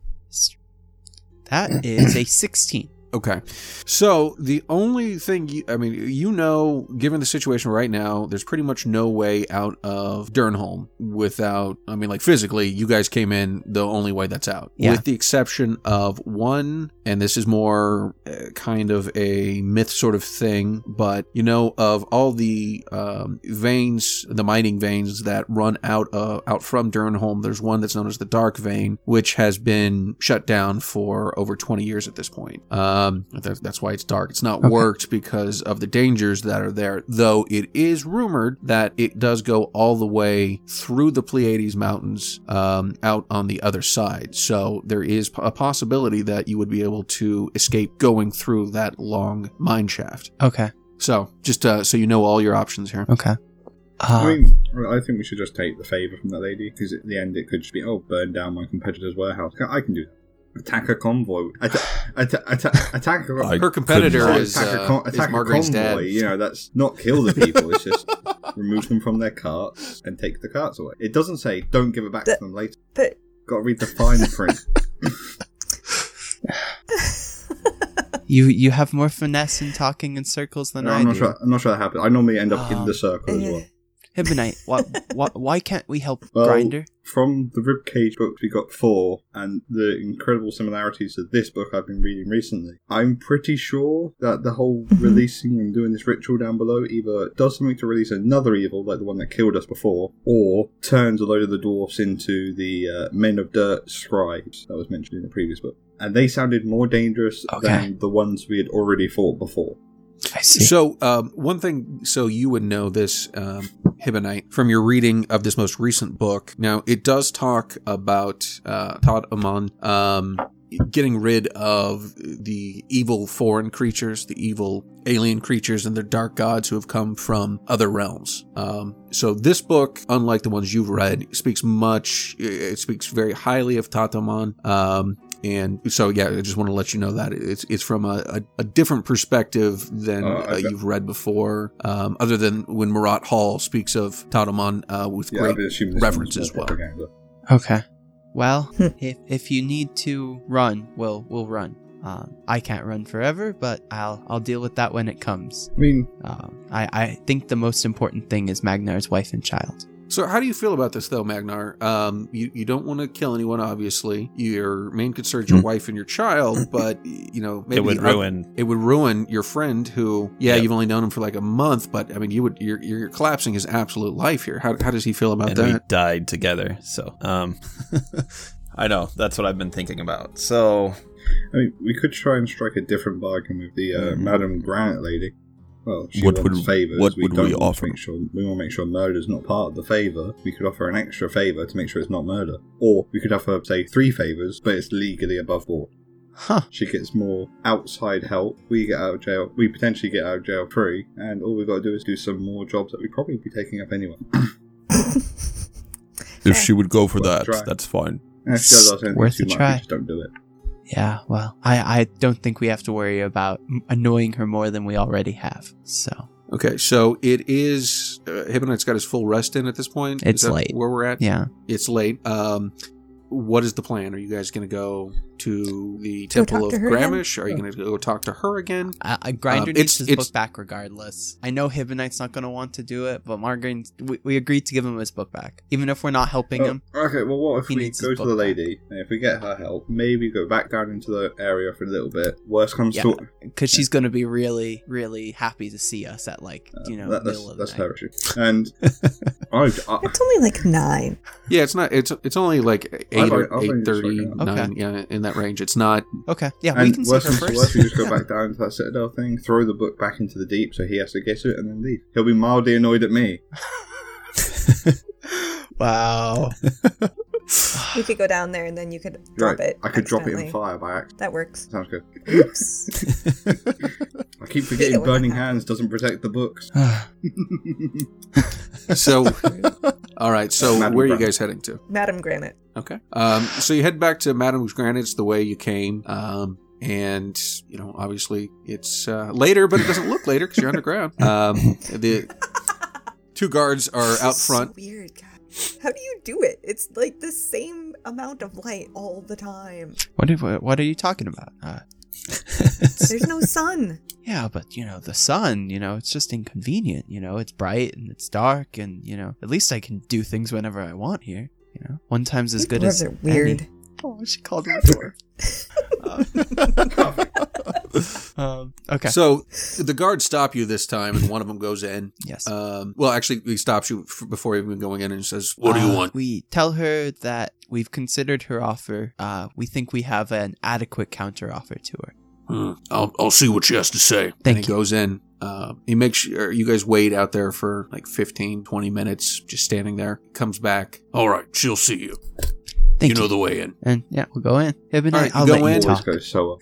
Speaker 5: That is a sixteen.
Speaker 4: Okay. So the only thing, you, I mean, you know, given the situation right now, there's pretty much no way out of Durnholm without, I mean, like physically, you guys came in the only way that's out.
Speaker 5: Yeah.
Speaker 4: With the exception of one, and this is more uh, kind of a myth sort of thing, but you know, of all the um, veins, the mining veins that run out of, out from Durnholm, there's one that's known as the Dark Vein, which has been shut down for over 20 years at this point. Um, that- that's why it's dark. It's not
Speaker 5: Okay.
Speaker 4: worked because of the dangers that are there, though it is rumored that it does go all the way through the Pleiades Mountains um, out on the other side. So there is a possibility that you would be able to escape going through that long mine shaft.
Speaker 5: Okay.
Speaker 4: So just uh, so you know all your options here.
Speaker 5: Okay.
Speaker 9: I
Speaker 5: Uh,
Speaker 9: mean, I think we should just take the favour from that lady because at the end it could just be, oh, burn down my competitor's warehouse. I can do that. Attack a convoy. Atta- atta- atta-
Speaker 4: [laughs]
Speaker 9: attack a
Speaker 2: I
Speaker 4: Her competitor
Speaker 2: couldn't-
Speaker 4: Oh, is,
Speaker 9: attack a,
Speaker 4: uh,
Speaker 9: con-
Speaker 4: is
Speaker 9: attack a
Speaker 4: Margarine's
Speaker 9: convoy.
Speaker 4: dad.
Speaker 9: You know, that's not kill the people. It's just [laughs] remove them from their carts and take the carts away. It doesn't say don't give it back to
Speaker 1: That-
Speaker 9: them later.
Speaker 1: But [laughs]
Speaker 9: Got to read the fine print.
Speaker 5: you you have more finesse in talking in circles than
Speaker 9: No,
Speaker 5: I
Speaker 9: I'm not
Speaker 5: do.
Speaker 9: sure. I'm not sure that happened. I normally end up in
Speaker 5: Um,
Speaker 9: the circle as well.
Speaker 5: Hibonite,
Speaker 9: [laughs]
Speaker 5: what, what, why can't we help
Speaker 9: Well,
Speaker 5: Grinder?
Speaker 9: From the Ribcage books, we got four, and the incredible similarities of this book I've been reading recently. I'm pretty sure that the whole
Speaker 5: Mm-hmm.
Speaker 9: releasing and doing this ritual down below either does something to release another evil, like the one that killed us before, or turns a load of the dwarfs into the uh, Men of Dirt scribes that was mentioned in the previous book. And they sounded more dangerous
Speaker 5: Okay.
Speaker 9: than the ones we had already fought before.
Speaker 5: I see.
Speaker 4: So, um, one thing, so you would know this, um, Hibonite, from your reading of this most recent book. Now, it does talk about uh, Todd Amon um, getting rid of the evil foreign creatures, the evil alien creatures, and their dark gods who have come from other realms. Um, so, this book, unlike the ones you've read, speaks much, it speaks very highly of Todd Amon. Um, and so, yeah, I just want to let you know that it's it's from a, a, a different perspective than
Speaker 9: Oh,
Speaker 4: uh,
Speaker 9: I bet.
Speaker 4: you've read before. Um, other than when Marat Hall speaks of Tadamon uh, with
Speaker 9: Yeah, I've
Speaker 4: great
Speaker 9: been assuming this
Speaker 4: reverence
Speaker 9: one's
Speaker 4: as
Speaker 9: more
Speaker 4: well.
Speaker 9: propaganda.
Speaker 5: Okay. Well,
Speaker 1: Hmm.
Speaker 5: if if you need to run, we'll we'll run. Um, I can't run forever, but I'll I'll deal with that when it comes.
Speaker 9: I mean,
Speaker 5: Um, I I think the most important thing is Magnar's wife and child.
Speaker 4: So, how do you feel about this, though, Magnar? Um, you you don't want to kill anyone, obviously. Your main concern
Speaker 5: Hmm.
Speaker 4: is your wife and your child, but you know maybe
Speaker 6: it would
Speaker 4: the oth-
Speaker 6: ruin.
Speaker 4: It would ruin your friend, who yeah,
Speaker 6: Yep.
Speaker 4: you've only known him for like a month, but I mean, you would you're, you're collapsing his absolute life here. How, how does he feel about
Speaker 6: and
Speaker 4: that?
Speaker 6: we died together. So, um, [laughs] I know that's what I've been thinking about. So, [sighs]
Speaker 9: I mean, we could try and strike a different bargain with the uh,
Speaker 6: Mhm.
Speaker 9: Madam Granite lady. Well, she
Speaker 2: Mm-hmm. What
Speaker 9: wants
Speaker 2: would-
Speaker 9: favors.
Speaker 2: what would we
Speaker 9: want to
Speaker 2: offer?
Speaker 9: Make sure, we want to make sure murder's not part of the favor. We could offer an extra favor to make sure it's not murder, or we could offer say three favors, but it's legally above board.
Speaker 5: Huh.
Speaker 9: She gets more outside help. We get out of jail. We potentially get out of jail free, and all we've got to do is do some more jobs that we'd probably be taking up anyway.
Speaker 2: If she would go for
Speaker 9: Well,
Speaker 2: that,
Speaker 9: try.
Speaker 2: that's fine.
Speaker 9: And if she does ask anything
Speaker 5: Worth
Speaker 9: too
Speaker 5: a
Speaker 9: much,
Speaker 5: try.
Speaker 9: we just don't do it.
Speaker 5: Yeah. Well, I I don't think we have to worry about m- annoying her more than we already have. So
Speaker 4: Okay, so it is. Uh, Hibonite's got his full rest in at this point.
Speaker 5: It's
Speaker 4: is that
Speaker 5: late.
Speaker 4: Where we're at,
Speaker 5: yeah.
Speaker 4: it's late. Um, what is the plan? Are you guys going to go to the
Speaker 1: Go
Speaker 4: temple
Speaker 1: talk
Speaker 4: of
Speaker 1: to her again? Oh.
Speaker 4: Gramish? Are you going to go talk to her again?
Speaker 5: I, I Grinder
Speaker 4: Um,
Speaker 5: needs
Speaker 4: it's-
Speaker 5: his
Speaker 4: it's-
Speaker 5: book back regardless. I know Hibonite's not going to want to do it, but Margarine, we, we agreed to give him his book back, even if we're not helping him.
Speaker 9: Oh, okay, well, what if
Speaker 5: He
Speaker 9: we
Speaker 5: needs
Speaker 9: go
Speaker 5: his
Speaker 9: to
Speaker 5: book
Speaker 9: the lady, and if we get her help, maybe go back down into the area for a little bit. Worst comes
Speaker 5: Yeah,
Speaker 9: to
Speaker 5: because she's going to be really, really happy to see us at like
Speaker 9: Uh,
Speaker 5: you know
Speaker 9: that- that's,
Speaker 5: middle of the [laughs]
Speaker 9: that's
Speaker 5: night.
Speaker 9: her issue. And I, I,
Speaker 1: It's only like nine.
Speaker 4: Yeah, it's not. It's it's only like eight
Speaker 9: I'll
Speaker 4: or
Speaker 9: bring- I'll bring
Speaker 4: eight
Speaker 9: this right
Speaker 4: thirty
Speaker 9: now.
Speaker 4: nine. Yeah, in that range. It's not.
Speaker 5: Okay. Yeah, we
Speaker 9: and
Speaker 5: can
Speaker 9: worst
Speaker 5: save her
Speaker 9: comes to worst,
Speaker 5: first.
Speaker 9: we just go back [laughs] down to that Citadel thing, throw the book back into the deep so he has to get to it and then leave. He'll be mildly annoyed at me.
Speaker 5: [laughs] wow. [sighs]
Speaker 1: We could go down there and then you could drop
Speaker 9: right.
Speaker 1: it.
Speaker 9: I could drop it in
Speaker 1: accidentally.
Speaker 9: fire by accident.
Speaker 1: That
Speaker 9: [laughs]
Speaker 1: works.
Speaker 9: Sounds good.
Speaker 1: Oops.
Speaker 9: I
Speaker 5: [laughs]
Speaker 9: keep
Speaker 1: Yeah,
Speaker 9: forgetting
Speaker 1: what
Speaker 9: Burning
Speaker 1: the
Speaker 9: Hands doesn't protect the books. [laughs]
Speaker 4: So, all right. So
Speaker 9: Madam
Speaker 4: where are you
Speaker 9: Brown.
Speaker 4: guys heading to?
Speaker 1: Madam Granite.
Speaker 4: Okay. Um, so you head back to Madame Granite's the way you came. Um, and you know, obviously, it's uh, later, but it doesn't look later because you're underground. Um, the two guards are out
Speaker 1: It's
Speaker 4: front.
Speaker 1: So weird, God. How do you do it? It's like the same amount of light all
Speaker 5: [laughs]
Speaker 1: the time.
Speaker 5: What, if, what are you talking about? Uh,
Speaker 1: There's no sun.
Speaker 5: yeah, but you know the sun. You know it's just inconvenient. You know it's bright and it's dark, and you know at least I can do things whenever I want here. You know one time's as
Speaker 1: You
Speaker 5: good
Speaker 1: dwarves
Speaker 5: as
Speaker 1: are weird.
Speaker 5: any. [laughs] Oh, she called me a
Speaker 10: [laughs]
Speaker 5: dwarf. um, okay.
Speaker 4: So the guards stop you this time, and one of them goes in.
Speaker 5: yes.
Speaker 10: uh,
Speaker 4: Um, well, actually, he stops you f- before even going in and says, "What do you
Speaker 5: Uh,
Speaker 4: want?"
Speaker 5: We tell her that we've considered her offer. Uh, we think we have an adequate counter offer to her.
Speaker 10: Hmm. I'll, I'll see what she has to say.
Speaker 4: and
Speaker 5: Thank
Speaker 4: he
Speaker 5: you.
Speaker 4: goes in. Uh, he makes sure you guys wait out there for like 15, 20 minutes, just standing there. Comes back.
Speaker 10: All right, she'll see you.
Speaker 5: Thank
Speaker 10: you know the way in.
Speaker 5: and yeah, we'll go in. Hib and
Speaker 4: All
Speaker 5: I,
Speaker 4: right, you
Speaker 5: I'll
Speaker 4: go
Speaker 5: let you
Speaker 4: in.
Speaker 9: Always
Speaker 5: talk.
Speaker 9: goes so well.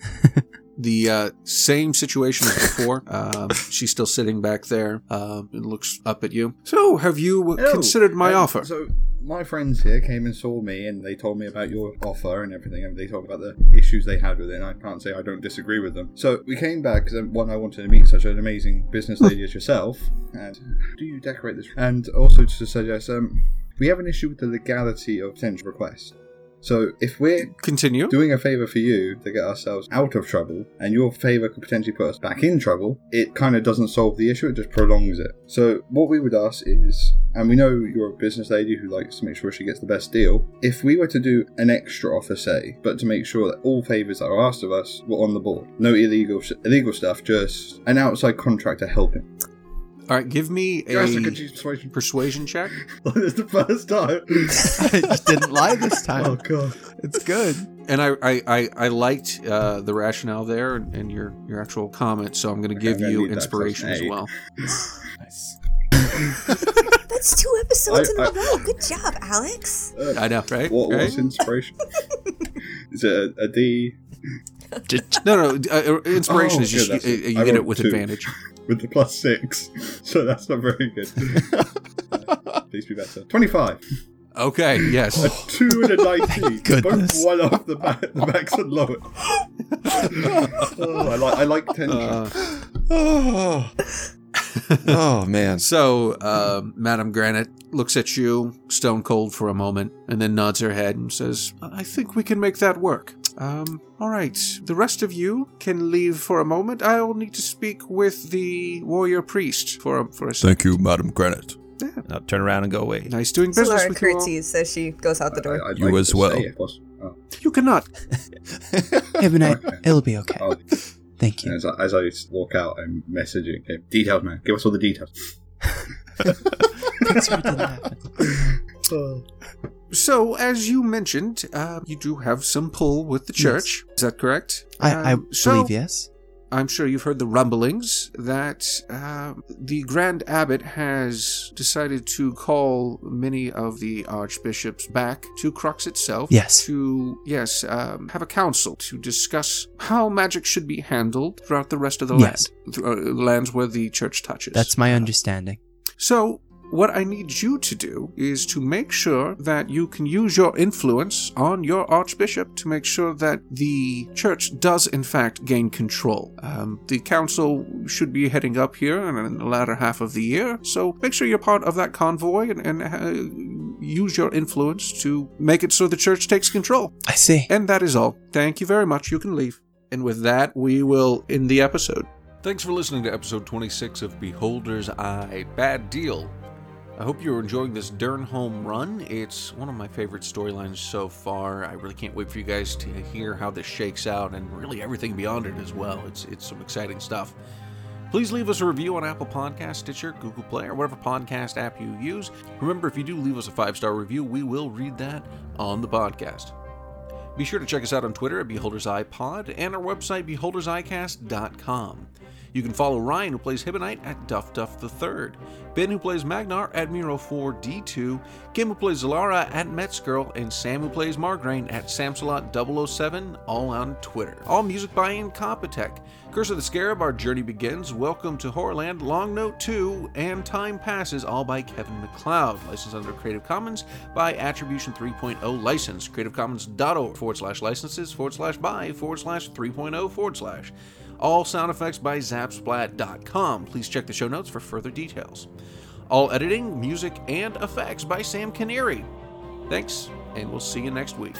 Speaker 4: The uh, same situation as before. [laughs] um, she's still sitting back there um, and looks up at you. So, have you uh,
Speaker 9: Hello.
Speaker 4: considered my
Speaker 9: Um,
Speaker 4: offer?
Speaker 9: So my friends here came and saw me, and they told me about your offer and everything, and they talked about the issues they had with it. And I can't say I don't disagree with them. So we came back because one, I wanted to meet such an amazing business lady as yourself, and how do you decorate this? And also to suggest, um, we have an issue with the legality of potential requests. So if we're
Speaker 4: Continue.
Speaker 9: doing a favor for you to get ourselves out of trouble, and your favor could potentially put us back in trouble, it kind of doesn't solve the issue, it just prolongs it. So, what we would ask is, and we know you're a business lady who likes to make sure she gets the best deal, if we were to do an extra offer, say, but to make sure that all favors that are asked of us were on the board, no illegal illegal stuff, just an outside contractor helping.
Speaker 4: All right, give me a
Speaker 9: Guys, I could use persuasion.
Speaker 4: persuasion
Speaker 9: [laughs]
Speaker 4: check.
Speaker 9: That's the
Speaker 5: [laughs]
Speaker 9: first time.
Speaker 5: [laughs] I didn't lie
Speaker 9: [laughs]
Speaker 5: this time.
Speaker 9: oh, God.
Speaker 5: It's good.
Speaker 4: And I, I, I, I liked uh, the rationale there and, and your, your actual comment, so I'm going to give
Speaker 9: I'm gonna
Speaker 4: you
Speaker 9: need that plus
Speaker 4: inspiration as
Speaker 9: eight.
Speaker 4: well.
Speaker 1: That's two episodes
Speaker 9: I-
Speaker 1: in a
Speaker 9: I-
Speaker 1: row. Good job, Alex.
Speaker 9: Uh,
Speaker 4: I know, right?
Speaker 9: What
Speaker 4: right?
Speaker 9: was inspiration? Is it a, a D
Speaker 4: No, no. Uh, inspiration
Speaker 9: Oh,
Speaker 4: is just
Speaker 9: good, that's
Speaker 4: you,
Speaker 9: it.
Speaker 4: uh, you
Speaker 9: I
Speaker 4: get it
Speaker 9: rolled
Speaker 4: with
Speaker 9: two.
Speaker 4: advantage.
Speaker 9: with the plus six? [laughs] So that's not very
Speaker 2: [laughs]
Speaker 9: good. Please be better. Twenty-five,
Speaker 4: Okay. Yes.
Speaker 9: a [laughs]
Speaker 2: Oh,
Speaker 9: two, and a nineteen.
Speaker 5: goodness.
Speaker 9: Both one off the back, the backs and lower. oh, I like I like tension.
Speaker 4: Uh,
Speaker 6: Oh. oh man.
Speaker 4: so, um, Madame Granite looks at you, stone cold, for a moment, and then nods her head and says, "I think we can make that work." Um, all right. The rest of you can leave for a moment. I'll need to speak with the warrior priest for a, for a second.
Speaker 2: Thank you, Madam Granite.
Speaker 6: Now turn around and go away.
Speaker 4: Nice doing business
Speaker 1: Solara
Speaker 4: with you. all.
Speaker 1: curtsies as she goes out the door.
Speaker 9: I, I'd
Speaker 2: You as
Speaker 9: to
Speaker 2: well.
Speaker 9: say it was- oh,
Speaker 4: You cannot.
Speaker 5: Hib and I,
Speaker 9: Okay.
Speaker 5: it'll be okay.
Speaker 9: oh.
Speaker 5: Thank you.
Speaker 9: As, I, as I walk out, I'm messaging him. Details, man. Give us all the details.
Speaker 5: [laughs] Thanks for making
Speaker 9: [laughs]
Speaker 5: that happen.
Speaker 9: Oh.
Speaker 4: So, as you mentioned, uh, you do have some pull with the church. Is that correct?
Speaker 5: I, I
Speaker 4: Um, so-
Speaker 5: believe yes.
Speaker 4: I'm sure you've heard the rumblings that uh, the Grand Abbot has decided to call many of the archbishops back to Crux itself.
Speaker 5: Yes.
Speaker 4: To, yes, um, have a council to discuss how magic should be handled throughout the rest of the
Speaker 5: Yes.
Speaker 4: land, th- uh, lands where the church touches.
Speaker 5: That's
Speaker 10: uh,
Speaker 5: my understanding.
Speaker 4: So, what I need you to do is to make sure that you can use your influence on your archbishop to make sure that the church does, in fact, gain control. Um, the council should be heading up here in, in the latter half of the year, so make sure you're part of that convoy and, and uh, use your influence to make it so the church takes control.
Speaker 5: I see.
Speaker 4: And that is all. Thank you very much. You can leave. And with that, we will end the episode. Thanks for listening to episode 26 of Beholder's Eye Bad Deal. I hope you're enjoying this Dern home run. It's one of my favorite storylines so far. I really can't wait for you guys to hear how this shakes out and really everything beyond it as well. It's it's some exciting stuff. Please leave us a review on Apple Podcasts, Stitcher, Google Play, or whatever podcast app you use. Remember, if you do leave us a five star review, we will read that on the podcast. Be sure to check us out on Twitter at Beholders iPod and our website, beholdersicast.com. You can follow Ryan, who plays Hibonite, at Duff Duff the Third, Ben, who plays Magnar, at Miro4D2, Kim, who plays Zalara, at Metzgirl, and Sam, who plays Margraine, at Samsalot007, all on Twitter. All music by Incompetech. Curse of the Scarab, Our Journey Begins, Welcome to Horrorland, Long Note 2, and Time Passes, all by Kevin McLeod. Licensed under Creative Commons by Attribution oh, 3.0 license. CreativeCommons.org forward slash licenses forward slash by forward slash 3.0 forward slash. All sound effects by Zapsplat.com. Please check the show notes for further details. All editing, music, and effects by Sam Canary. Thanks, and we'll see you next week.